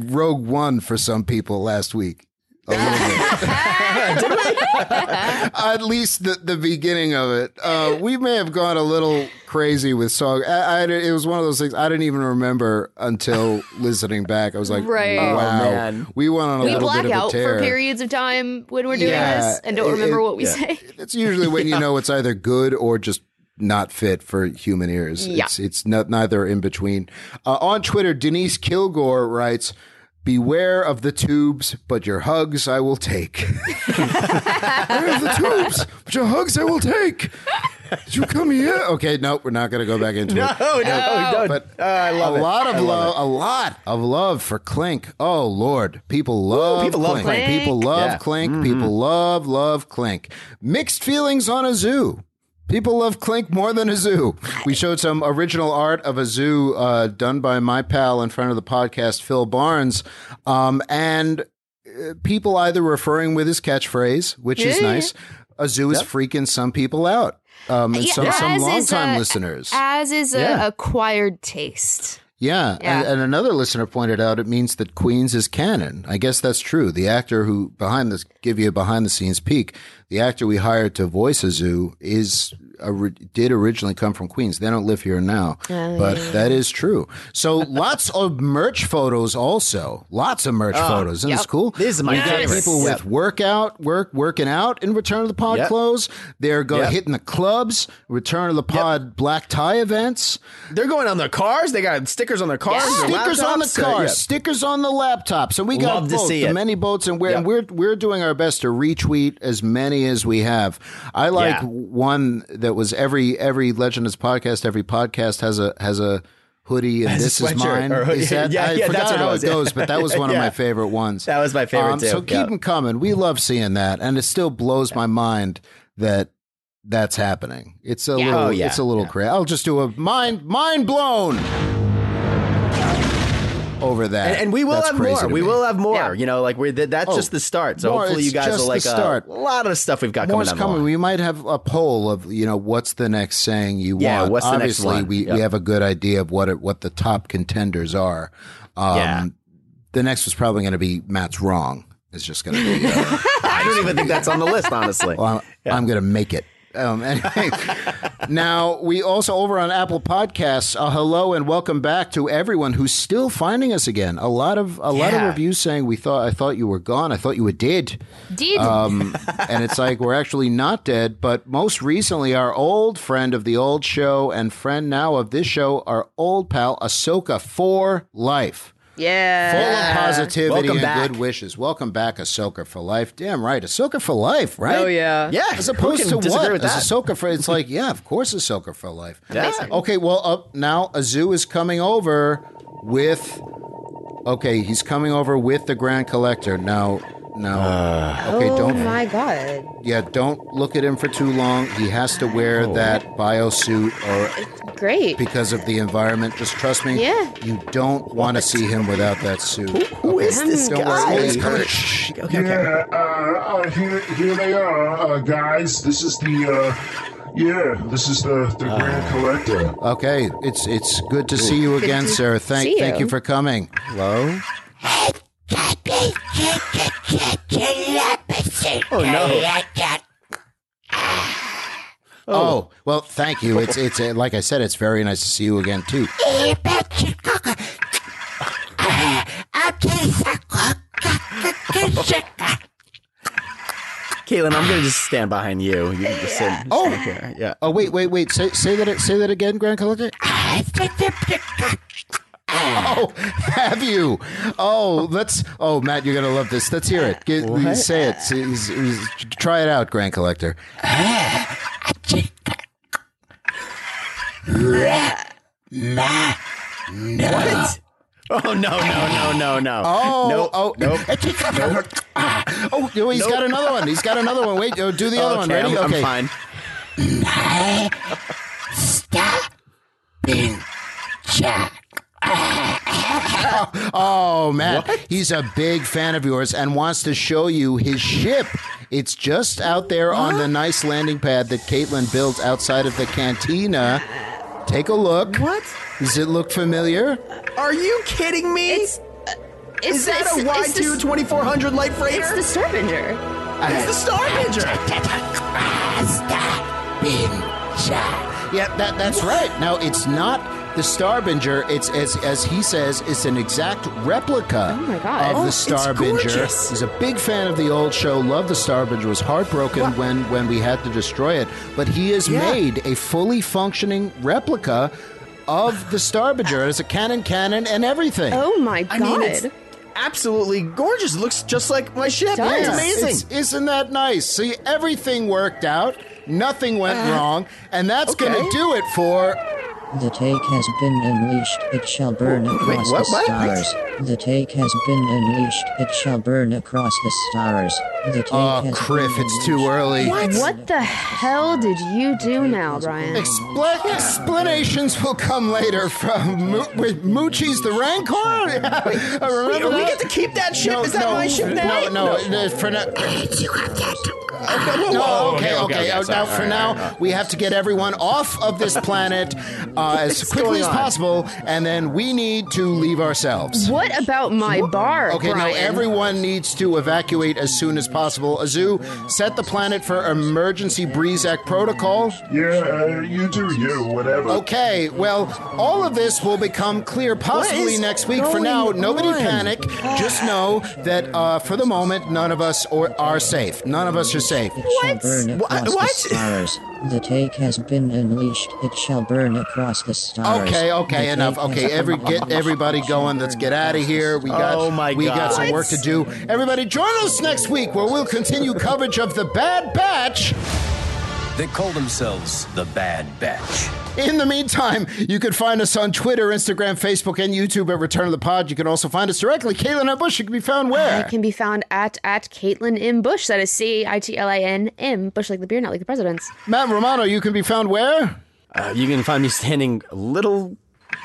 [SPEAKER 1] Rogue One for some people last week. A little bit. At least the, the beginning of it. Uh, we may have gone a little crazy with song. I, I- it was one of those things I didn't even remember until listening back. I was like,
[SPEAKER 2] Right. Oh,
[SPEAKER 1] wow.
[SPEAKER 2] man.
[SPEAKER 1] We went on a
[SPEAKER 2] we
[SPEAKER 1] little
[SPEAKER 2] black
[SPEAKER 1] bit of a
[SPEAKER 2] out
[SPEAKER 1] tear.
[SPEAKER 2] for periods of time when we're doing
[SPEAKER 1] Yeah,
[SPEAKER 2] this and don't
[SPEAKER 1] it-
[SPEAKER 2] remember
[SPEAKER 1] it-
[SPEAKER 2] what we
[SPEAKER 1] yeah.
[SPEAKER 2] say.
[SPEAKER 1] It's usually when you know it's either good or just not fit for human ears.
[SPEAKER 2] Yeah.
[SPEAKER 1] It's it's not, neither in between. Uh, on Twitter, Denise Kilgore writes, "Beware of the tubes, but your hugs I will take." Beware of the tubes, but your hugs I will take. Did you come here? Okay, no, we're not going to go back into it.
[SPEAKER 3] Oh, No, no,
[SPEAKER 1] Uh,
[SPEAKER 3] don't.
[SPEAKER 1] But
[SPEAKER 3] Uh, I love
[SPEAKER 1] a
[SPEAKER 3] it.
[SPEAKER 1] lot
[SPEAKER 3] I
[SPEAKER 1] of
[SPEAKER 3] love
[SPEAKER 1] love, a lot of love for Clink. Oh Lord, people love
[SPEAKER 3] people love Clink.
[SPEAKER 1] People love
[SPEAKER 3] Yeah. Mm-hmm.
[SPEAKER 1] Clink. People love love Clink. Mixed feelings on a zoo. People love Clink more than a zoo. We showed some original art of a zoo uh, done by my pal in front of the podcast, Phil Barnes, um, and uh, people either referring with his catchphrase, which is
[SPEAKER 2] Yeah.
[SPEAKER 1] nice. A zoo is freaking some people out. Um, and
[SPEAKER 2] Yeah,
[SPEAKER 1] some, some
[SPEAKER 2] as is,
[SPEAKER 1] longtime
[SPEAKER 2] uh,
[SPEAKER 1] listeners.
[SPEAKER 2] As is a
[SPEAKER 1] Yeah.
[SPEAKER 2] acquired taste.
[SPEAKER 1] Yeah,
[SPEAKER 2] Yeah.
[SPEAKER 1] And, and another listener pointed out it means that Queens is canon. I guess that's true. The actor who behind this give you a behind the scenes peek, the actor we hired to voice Azu is ori- did originally come from Queens. They don't live here now,
[SPEAKER 2] Oh,
[SPEAKER 1] but
[SPEAKER 2] yeah.
[SPEAKER 1] that is true. So lots of merch photos also, lots of merch
[SPEAKER 3] Oh,
[SPEAKER 1] photos. Isn't this
[SPEAKER 3] yep.
[SPEAKER 1] cool?
[SPEAKER 3] This is my
[SPEAKER 1] We got
[SPEAKER 3] favorite.
[SPEAKER 1] people
[SPEAKER 3] Yep.
[SPEAKER 1] with workout work working out in Return of the Pod
[SPEAKER 3] Yep.
[SPEAKER 1] clothes. They're go-
[SPEAKER 3] Yep.
[SPEAKER 1] hitting the clubs. Return of the Pod black tie events.
[SPEAKER 3] They're going on their cars. They got stickers on their cars. their
[SPEAKER 1] Stickers on the
[SPEAKER 3] laptops. Uh,
[SPEAKER 1] cars,
[SPEAKER 3] yeah.
[SPEAKER 1] stickers on the laptops, and we got
[SPEAKER 3] Love to
[SPEAKER 1] both,
[SPEAKER 3] see
[SPEAKER 1] the
[SPEAKER 3] it.
[SPEAKER 1] many boats, and we're,
[SPEAKER 3] Yep.
[SPEAKER 1] and we're we're doing our best to retweet as many as we have. I like
[SPEAKER 3] Yeah.
[SPEAKER 1] one that was every every Legendist podcast, every podcast has a has a hoodie, and
[SPEAKER 3] Has a
[SPEAKER 1] this is
[SPEAKER 3] sweatshirt
[SPEAKER 1] mine.
[SPEAKER 3] or hoodie.
[SPEAKER 1] Is that,
[SPEAKER 3] Yeah,
[SPEAKER 1] I
[SPEAKER 3] yeah,
[SPEAKER 1] forgot
[SPEAKER 3] that's what it
[SPEAKER 1] how
[SPEAKER 3] was.
[SPEAKER 1] it goes, but that was one of
[SPEAKER 3] Yeah.
[SPEAKER 1] my favorite ones. Um,
[SPEAKER 3] That was my favorite too.
[SPEAKER 1] So keep
[SPEAKER 3] Yeah.
[SPEAKER 1] them coming. We love seeing that, and it still blows my mind that. That's happening. It's a
[SPEAKER 2] Yeah.
[SPEAKER 1] little.
[SPEAKER 3] Oh, yeah.
[SPEAKER 1] It's a little crazy. I'll just do a mind mind blown over that.
[SPEAKER 3] And, and we will
[SPEAKER 1] That's
[SPEAKER 3] have
[SPEAKER 1] crazy
[SPEAKER 3] more.
[SPEAKER 1] to
[SPEAKER 3] We
[SPEAKER 1] me.
[SPEAKER 3] will have more. You know, like we're th- that's
[SPEAKER 1] Oh,
[SPEAKER 3] just the start. So
[SPEAKER 1] more,
[SPEAKER 3] hopefully you
[SPEAKER 1] it's
[SPEAKER 3] guys
[SPEAKER 1] just
[SPEAKER 3] will
[SPEAKER 1] the
[SPEAKER 3] like uh,
[SPEAKER 1] start.
[SPEAKER 3] a lot of stuff we've got
[SPEAKER 1] More's
[SPEAKER 3] coming. down the
[SPEAKER 1] coming.
[SPEAKER 3] line.
[SPEAKER 1] We might have a poll of you know what's the next saying you
[SPEAKER 3] Yeah,
[SPEAKER 1] want.
[SPEAKER 3] what's the next
[SPEAKER 1] Obviously,
[SPEAKER 3] one?
[SPEAKER 1] we
[SPEAKER 3] Yep.
[SPEAKER 1] we have a good idea of what it, what the top contenders are. Um,
[SPEAKER 3] Yeah.
[SPEAKER 1] The next was probably going to be Matt's wrong. It's just going to be. Uh,
[SPEAKER 3] I don't even think that's on the list, honestly.
[SPEAKER 1] well, I'm, I'm going to make it. Um, anyway, now we also over on Apple Podcasts. Uh, hello and welcome back to everyone who's still finding us again. A lot of a lot of
[SPEAKER 3] Yeah.
[SPEAKER 1] reviews saying we thought I thought you were gone. I thought you were dead.
[SPEAKER 2] Did
[SPEAKER 1] Um, and it's like we're actually not dead, but most recently, our old friend of the old show and friend now of this show, our old pal Ahsoka for life.
[SPEAKER 2] yeah.
[SPEAKER 1] Full of positivity
[SPEAKER 3] Welcome
[SPEAKER 1] and
[SPEAKER 3] back.
[SPEAKER 1] good wishes. Welcome back, Ahsoka for life. Damn right, Ahsoka for life, right?
[SPEAKER 2] Oh yeah.
[SPEAKER 3] yeah,
[SPEAKER 1] uh, As
[SPEAKER 3] who
[SPEAKER 1] opposed
[SPEAKER 3] can
[SPEAKER 1] to
[SPEAKER 3] disagree
[SPEAKER 1] what?
[SPEAKER 3] with that?
[SPEAKER 1] As Ahsoka for it's like, yeah, of course Ahsoka for life.
[SPEAKER 3] Yeah.
[SPEAKER 1] Okay, well up now Azu is coming over with Okay, he's coming over with the Grand Collector. Now now
[SPEAKER 3] Uh,
[SPEAKER 1] Okay, don't
[SPEAKER 2] Oh my god.
[SPEAKER 1] yeah, don't look at him for too long. He has to wear that biosuit or
[SPEAKER 2] Great.
[SPEAKER 1] because of the environment. Just trust me.
[SPEAKER 2] Yeah.
[SPEAKER 1] You don't want to see him without that suit.
[SPEAKER 3] Who is this
[SPEAKER 1] Don't
[SPEAKER 3] guy?
[SPEAKER 1] worry. He's coming.
[SPEAKER 3] Shh. Okay, okay.
[SPEAKER 4] Yeah, uh, uh, here, here they are, uh, guys. This is the, uh, yeah, this is the, the Grand Collector.
[SPEAKER 1] Okay, it's it's good to see you again,
[SPEAKER 2] to
[SPEAKER 1] sir. Thank
[SPEAKER 2] see
[SPEAKER 1] thank you
[SPEAKER 2] you.
[SPEAKER 1] for coming. Hello.
[SPEAKER 3] Oh no!
[SPEAKER 1] Oh. well, thank you. It's it's uh, like I said, it's very nice to see you again too.
[SPEAKER 3] Caitlin, I'm gonna just stand behind you. You can just sit.
[SPEAKER 1] Oh.
[SPEAKER 3] okay. yeah.
[SPEAKER 1] Oh wait, wait, wait. Say say that say that again, Grand Collector. Oh, have you? Oh, let's. Oh, Matt, you're gonna love this. Let's hear it. Get, say it. Say- s- s- try it out, Grand Collector.
[SPEAKER 3] What? Oh no! No! No! No! No!
[SPEAKER 1] Oh,
[SPEAKER 3] Nope.
[SPEAKER 1] oh,
[SPEAKER 3] Nope.
[SPEAKER 1] oh, no, he's got another one. He's got another one. Wait, oh, do the other one.
[SPEAKER 3] okay,
[SPEAKER 1] Ready?
[SPEAKER 3] I'm, I'm
[SPEAKER 1] okay.
[SPEAKER 3] fine.
[SPEAKER 1] Wow. Oh, Matt, he's a big fan of yours and wants to show you his ship. It's just out there on the nice landing pad that Caitlin built outside of the cantina. Take a look. What? Does it look familiar?
[SPEAKER 3] Are you kidding me? It's,
[SPEAKER 2] it's-
[SPEAKER 3] Is that a
[SPEAKER 2] it's- it's the-
[SPEAKER 3] Y2 2400 light freighter?
[SPEAKER 2] It's the Starbinger.
[SPEAKER 3] It's the Starbinger.
[SPEAKER 1] Yeah, that, that's right. Now, it's not the Starbinger. It's, as, as he says, it's an exact replica
[SPEAKER 2] Oh, my God.
[SPEAKER 1] of
[SPEAKER 2] Oh,
[SPEAKER 1] the
[SPEAKER 2] it's
[SPEAKER 1] Starbinger.
[SPEAKER 2] gorgeous.
[SPEAKER 1] He's a big fan of the old show. Loved the Starbinger. Was heartbroken when, when we had to destroy it. But he has
[SPEAKER 3] Yeah.
[SPEAKER 1] made a fully functioning replica of the Starbinger. It's a cannon cannon and everything.
[SPEAKER 2] Oh my
[SPEAKER 3] I
[SPEAKER 2] god.
[SPEAKER 3] mean, it's absolutely gorgeous. It looks just like my ship.
[SPEAKER 2] does.
[SPEAKER 3] It's amazing.
[SPEAKER 1] It's- isn't that nice? See, everything worked out. Nothing went wrong. And that's going
[SPEAKER 3] Uh-huh. okay.
[SPEAKER 1] to do it for
[SPEAKER 6] The take has been unleashed, it shall burn
[SPEAKER 1] Wait,
[SPEAKER 6] across
[SPEAKER 1] what?
[SPEAKER 6] the
[SPEAKER 1] What?
[SPEAKER 6] stars. The take has been unleashed, it shall burn across the stars. The take
[SPEAKER 1] Oh,
[SPEAKER 6] has
[SPEAKER 1] Criff, it's too early.
[SPEAKER 2] What? the hell did you do now, Brian?
[SPEAKER 1] Expla- explanations will come later from Mo- with Moochie's the Rancor. Uh,
[SPEAKER 3] Wait,
[SPEAKER 1] Remember
[SPEAKER 3] we
[SPEAKER 1] that?
[SPEAKER 3] get to keep that ship?
[SPEAKER 1] No,
[SPEAKER 3] Is that
[SPEAKER 1] no,
[SPEAKER 3] my ship now?
[SPEAKER 1] No, no, uh, for now.
[SPEAKER 3] whoa,
[SPEAKER 1] No,
[SPEAKER 3] whoa,
[SPEAKER 1] okay, okay.
[SPEAKER 3] okay, okay, okay,
[SPEAKER 1] Uh,
[SPEAKER 3] sorry,
[SPEAKER 1] now,
[SPEAKER 3] all
[SPEAKER 1] for
[SPEAKER 3] right,
[SPEAKER 1] now,
[SPEAKER 3] all right, all right.
[SPEAKER 1] we have to get everyone off of this planet uh, as quickly
[SPEAKER 2] going
[SPEAKER 1] as
[SPEAKER 2] on?
[SPEAKER 1] possible, and then we need to leave ourselves.
[SPEAKER 2] What about my bar?
[SPEAKER 1] Okay, now
[SPEAKER 2] Brian?
[SPEAKER 1] everyone needs to evacuate as soon as possible. Azu, set the planet for emergency Breezak protocol.
[SPEAKER 4] Yeah, uh, you do you, whatever.
[SPEAKER 1] Okay, well, all of this will become clear possibly
[SPEAKER 3] is
[SPEAKER 1] next week. For
[SPEAKER 3] going
[SPEAKER 1] now, nobody
[SPEAKER 3] on?
[SPEAKER 1] panic. Just know that uh, for the moment, none of us or, are safe. None of us are safe.
[SPEAKER 6] Shall burn across the stars. The take has been unleashed. It shall burn across the stars.
[SPEAKER 1] Okay,
[SPEAKER 6] The
[SPEAKER 1] okay,
[SPEAKER 6] take
[SPEAKER 1] enough.
[SPEAKER 6] has
[SPEAKER 1] Okay,
[SPEAKER 6] been
[SPEAKER 1] every get
[SPEAKER 6] unleashed.
[SPEAKER 1] everybody going. Let's get out of here. We got
[SPEAKER 3] Oh my
[SPEAKER 1] we got
[SPEAKER 3] God.
[SPEAKER 1] some work to do. Everybody join us next week where we'll continue coverage of the Bad Batch.
[SPEAKER 5] They call themselves the Bad Batch.
[SPEAKER 1] In the meantime, you can find us on Twitter, Instagram, Facebook, and YouTube at Return of the Pod. You can also find us directly. Kaylin at Bush, you can be found
[SPEAKER 2] I
[SPEAKER 1] where?
[SPEAKER 2] can be found at at Caitlin M Bush. That is C A I T L I N M Bush like the beer, not like the president's.
[SPEAKER 1] Matt Romano, you can be found where?
[SPEAKER 3] Uh, you can find me standing a little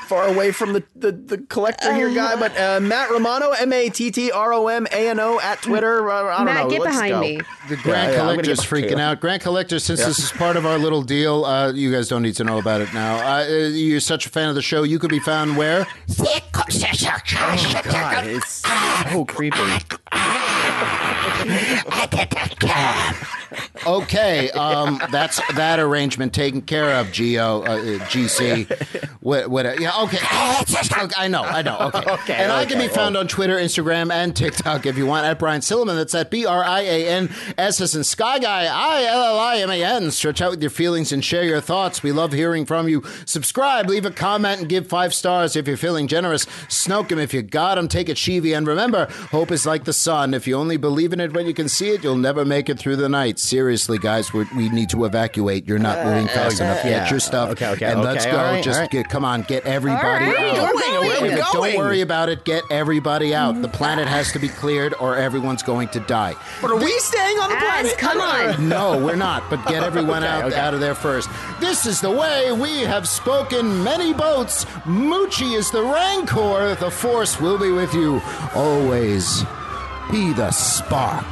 [SPEAKER 3] far away from the, the, the collector here guy, but uh, Matt Romano, M A T T R O M A N O, at Twitter. Uh, I don't
[SPEAKER 2] Matt,
[SPEAKER 3] know.
[SPEAKER 2] get
[SPEAKER 3] Let's
[SPEAKER 2] behind
[SPEAKER 3] go.
[SPEAKER 2] me.
[SPEAKER 1] The Grand
[SPEAKER 3] Yeah, yeah, I'm gonna
[SPEAKER 1] Collector's
[SPEAKER 3] get back to
[SPEAKER 1] freaking
[SPEAKER 3] you.
[SPEAKER 1] out. Grand Collector, since
[SPEAKER 3] Yeah.
[SPEAKER 1] this is part of our little deal, uh, you guys don't need to know about it now. Uh, you're such a fan of the show, you could be found where?
[SPEAKER 3] Oh, God, it's so creepy.
[SPEAKER 1] Okay, um, that's that arrangement taken care of, Geo, uh, uh, GC. What, what, yeah, okay. Okay, I know, I know. Okay.
[SPEAKER 3] Okay,
[SPEAKER 1] and I can be
[SPEAKER 3] okay,
[SPEAKER 1] found on Twitter, Instagram, and TikTok if you want at Brian Silliman. That's at B R I A N S S and Sky Guy, I L L I M A N. Stretch out with your feelings and share your thoughts. We love hearing from you. Subscribe, leave a comment, and give five stars if you're feeling generous. Snoke him if you got him. Take a Chibi. And remember, hope is like the sun. If you only believe in it when you can see it, you'll never make it through the night. Seriously, guys, we we need to evacuate. You're not moving fast enough. Get
[SPEAKER 3] Uh, yeah.
[SPEAKER 1] your stuff.
[SPEAKER 3] Okay, okay,
[SPEAKER 1] and let's
[SPEAKER 3] okay,
[SPEAKER 1] go.
[SPEAKER 3] all right,
[SPEAKER 1] Just
[SPEAKER 3] all right.
[SPEAKER 1] get, come on, get everybody
[SPEAKER 3] All right,
[SPEAKER 1] out.
[SPEAKER 3] where we going?
[SPEAKER 1] Yeah,
[SPEAKER 3] Where we
[SPEAKER 1] Don't
[SPEAKER 3] going?
[SPEAKER 1] worry about it. Get everybody out. The planet has to be cleared or everyone's going to die.
[SPEAKER 3] But are we staying on the
[SPEAKER 2] As,
[SPEAKER 3] planet?
[SPEAKER 2] come on.
[SPEAKER 1] No, we're not, but get everyone
[SPEAKER 3] Okay,
[SPEAKER 1] out,
[SPEAKER 3] okay.
[SPEAKER 1] out of there first. This is the way we have spoken many boats. Moochie is the rancor. The force will be with you always. Be the spark.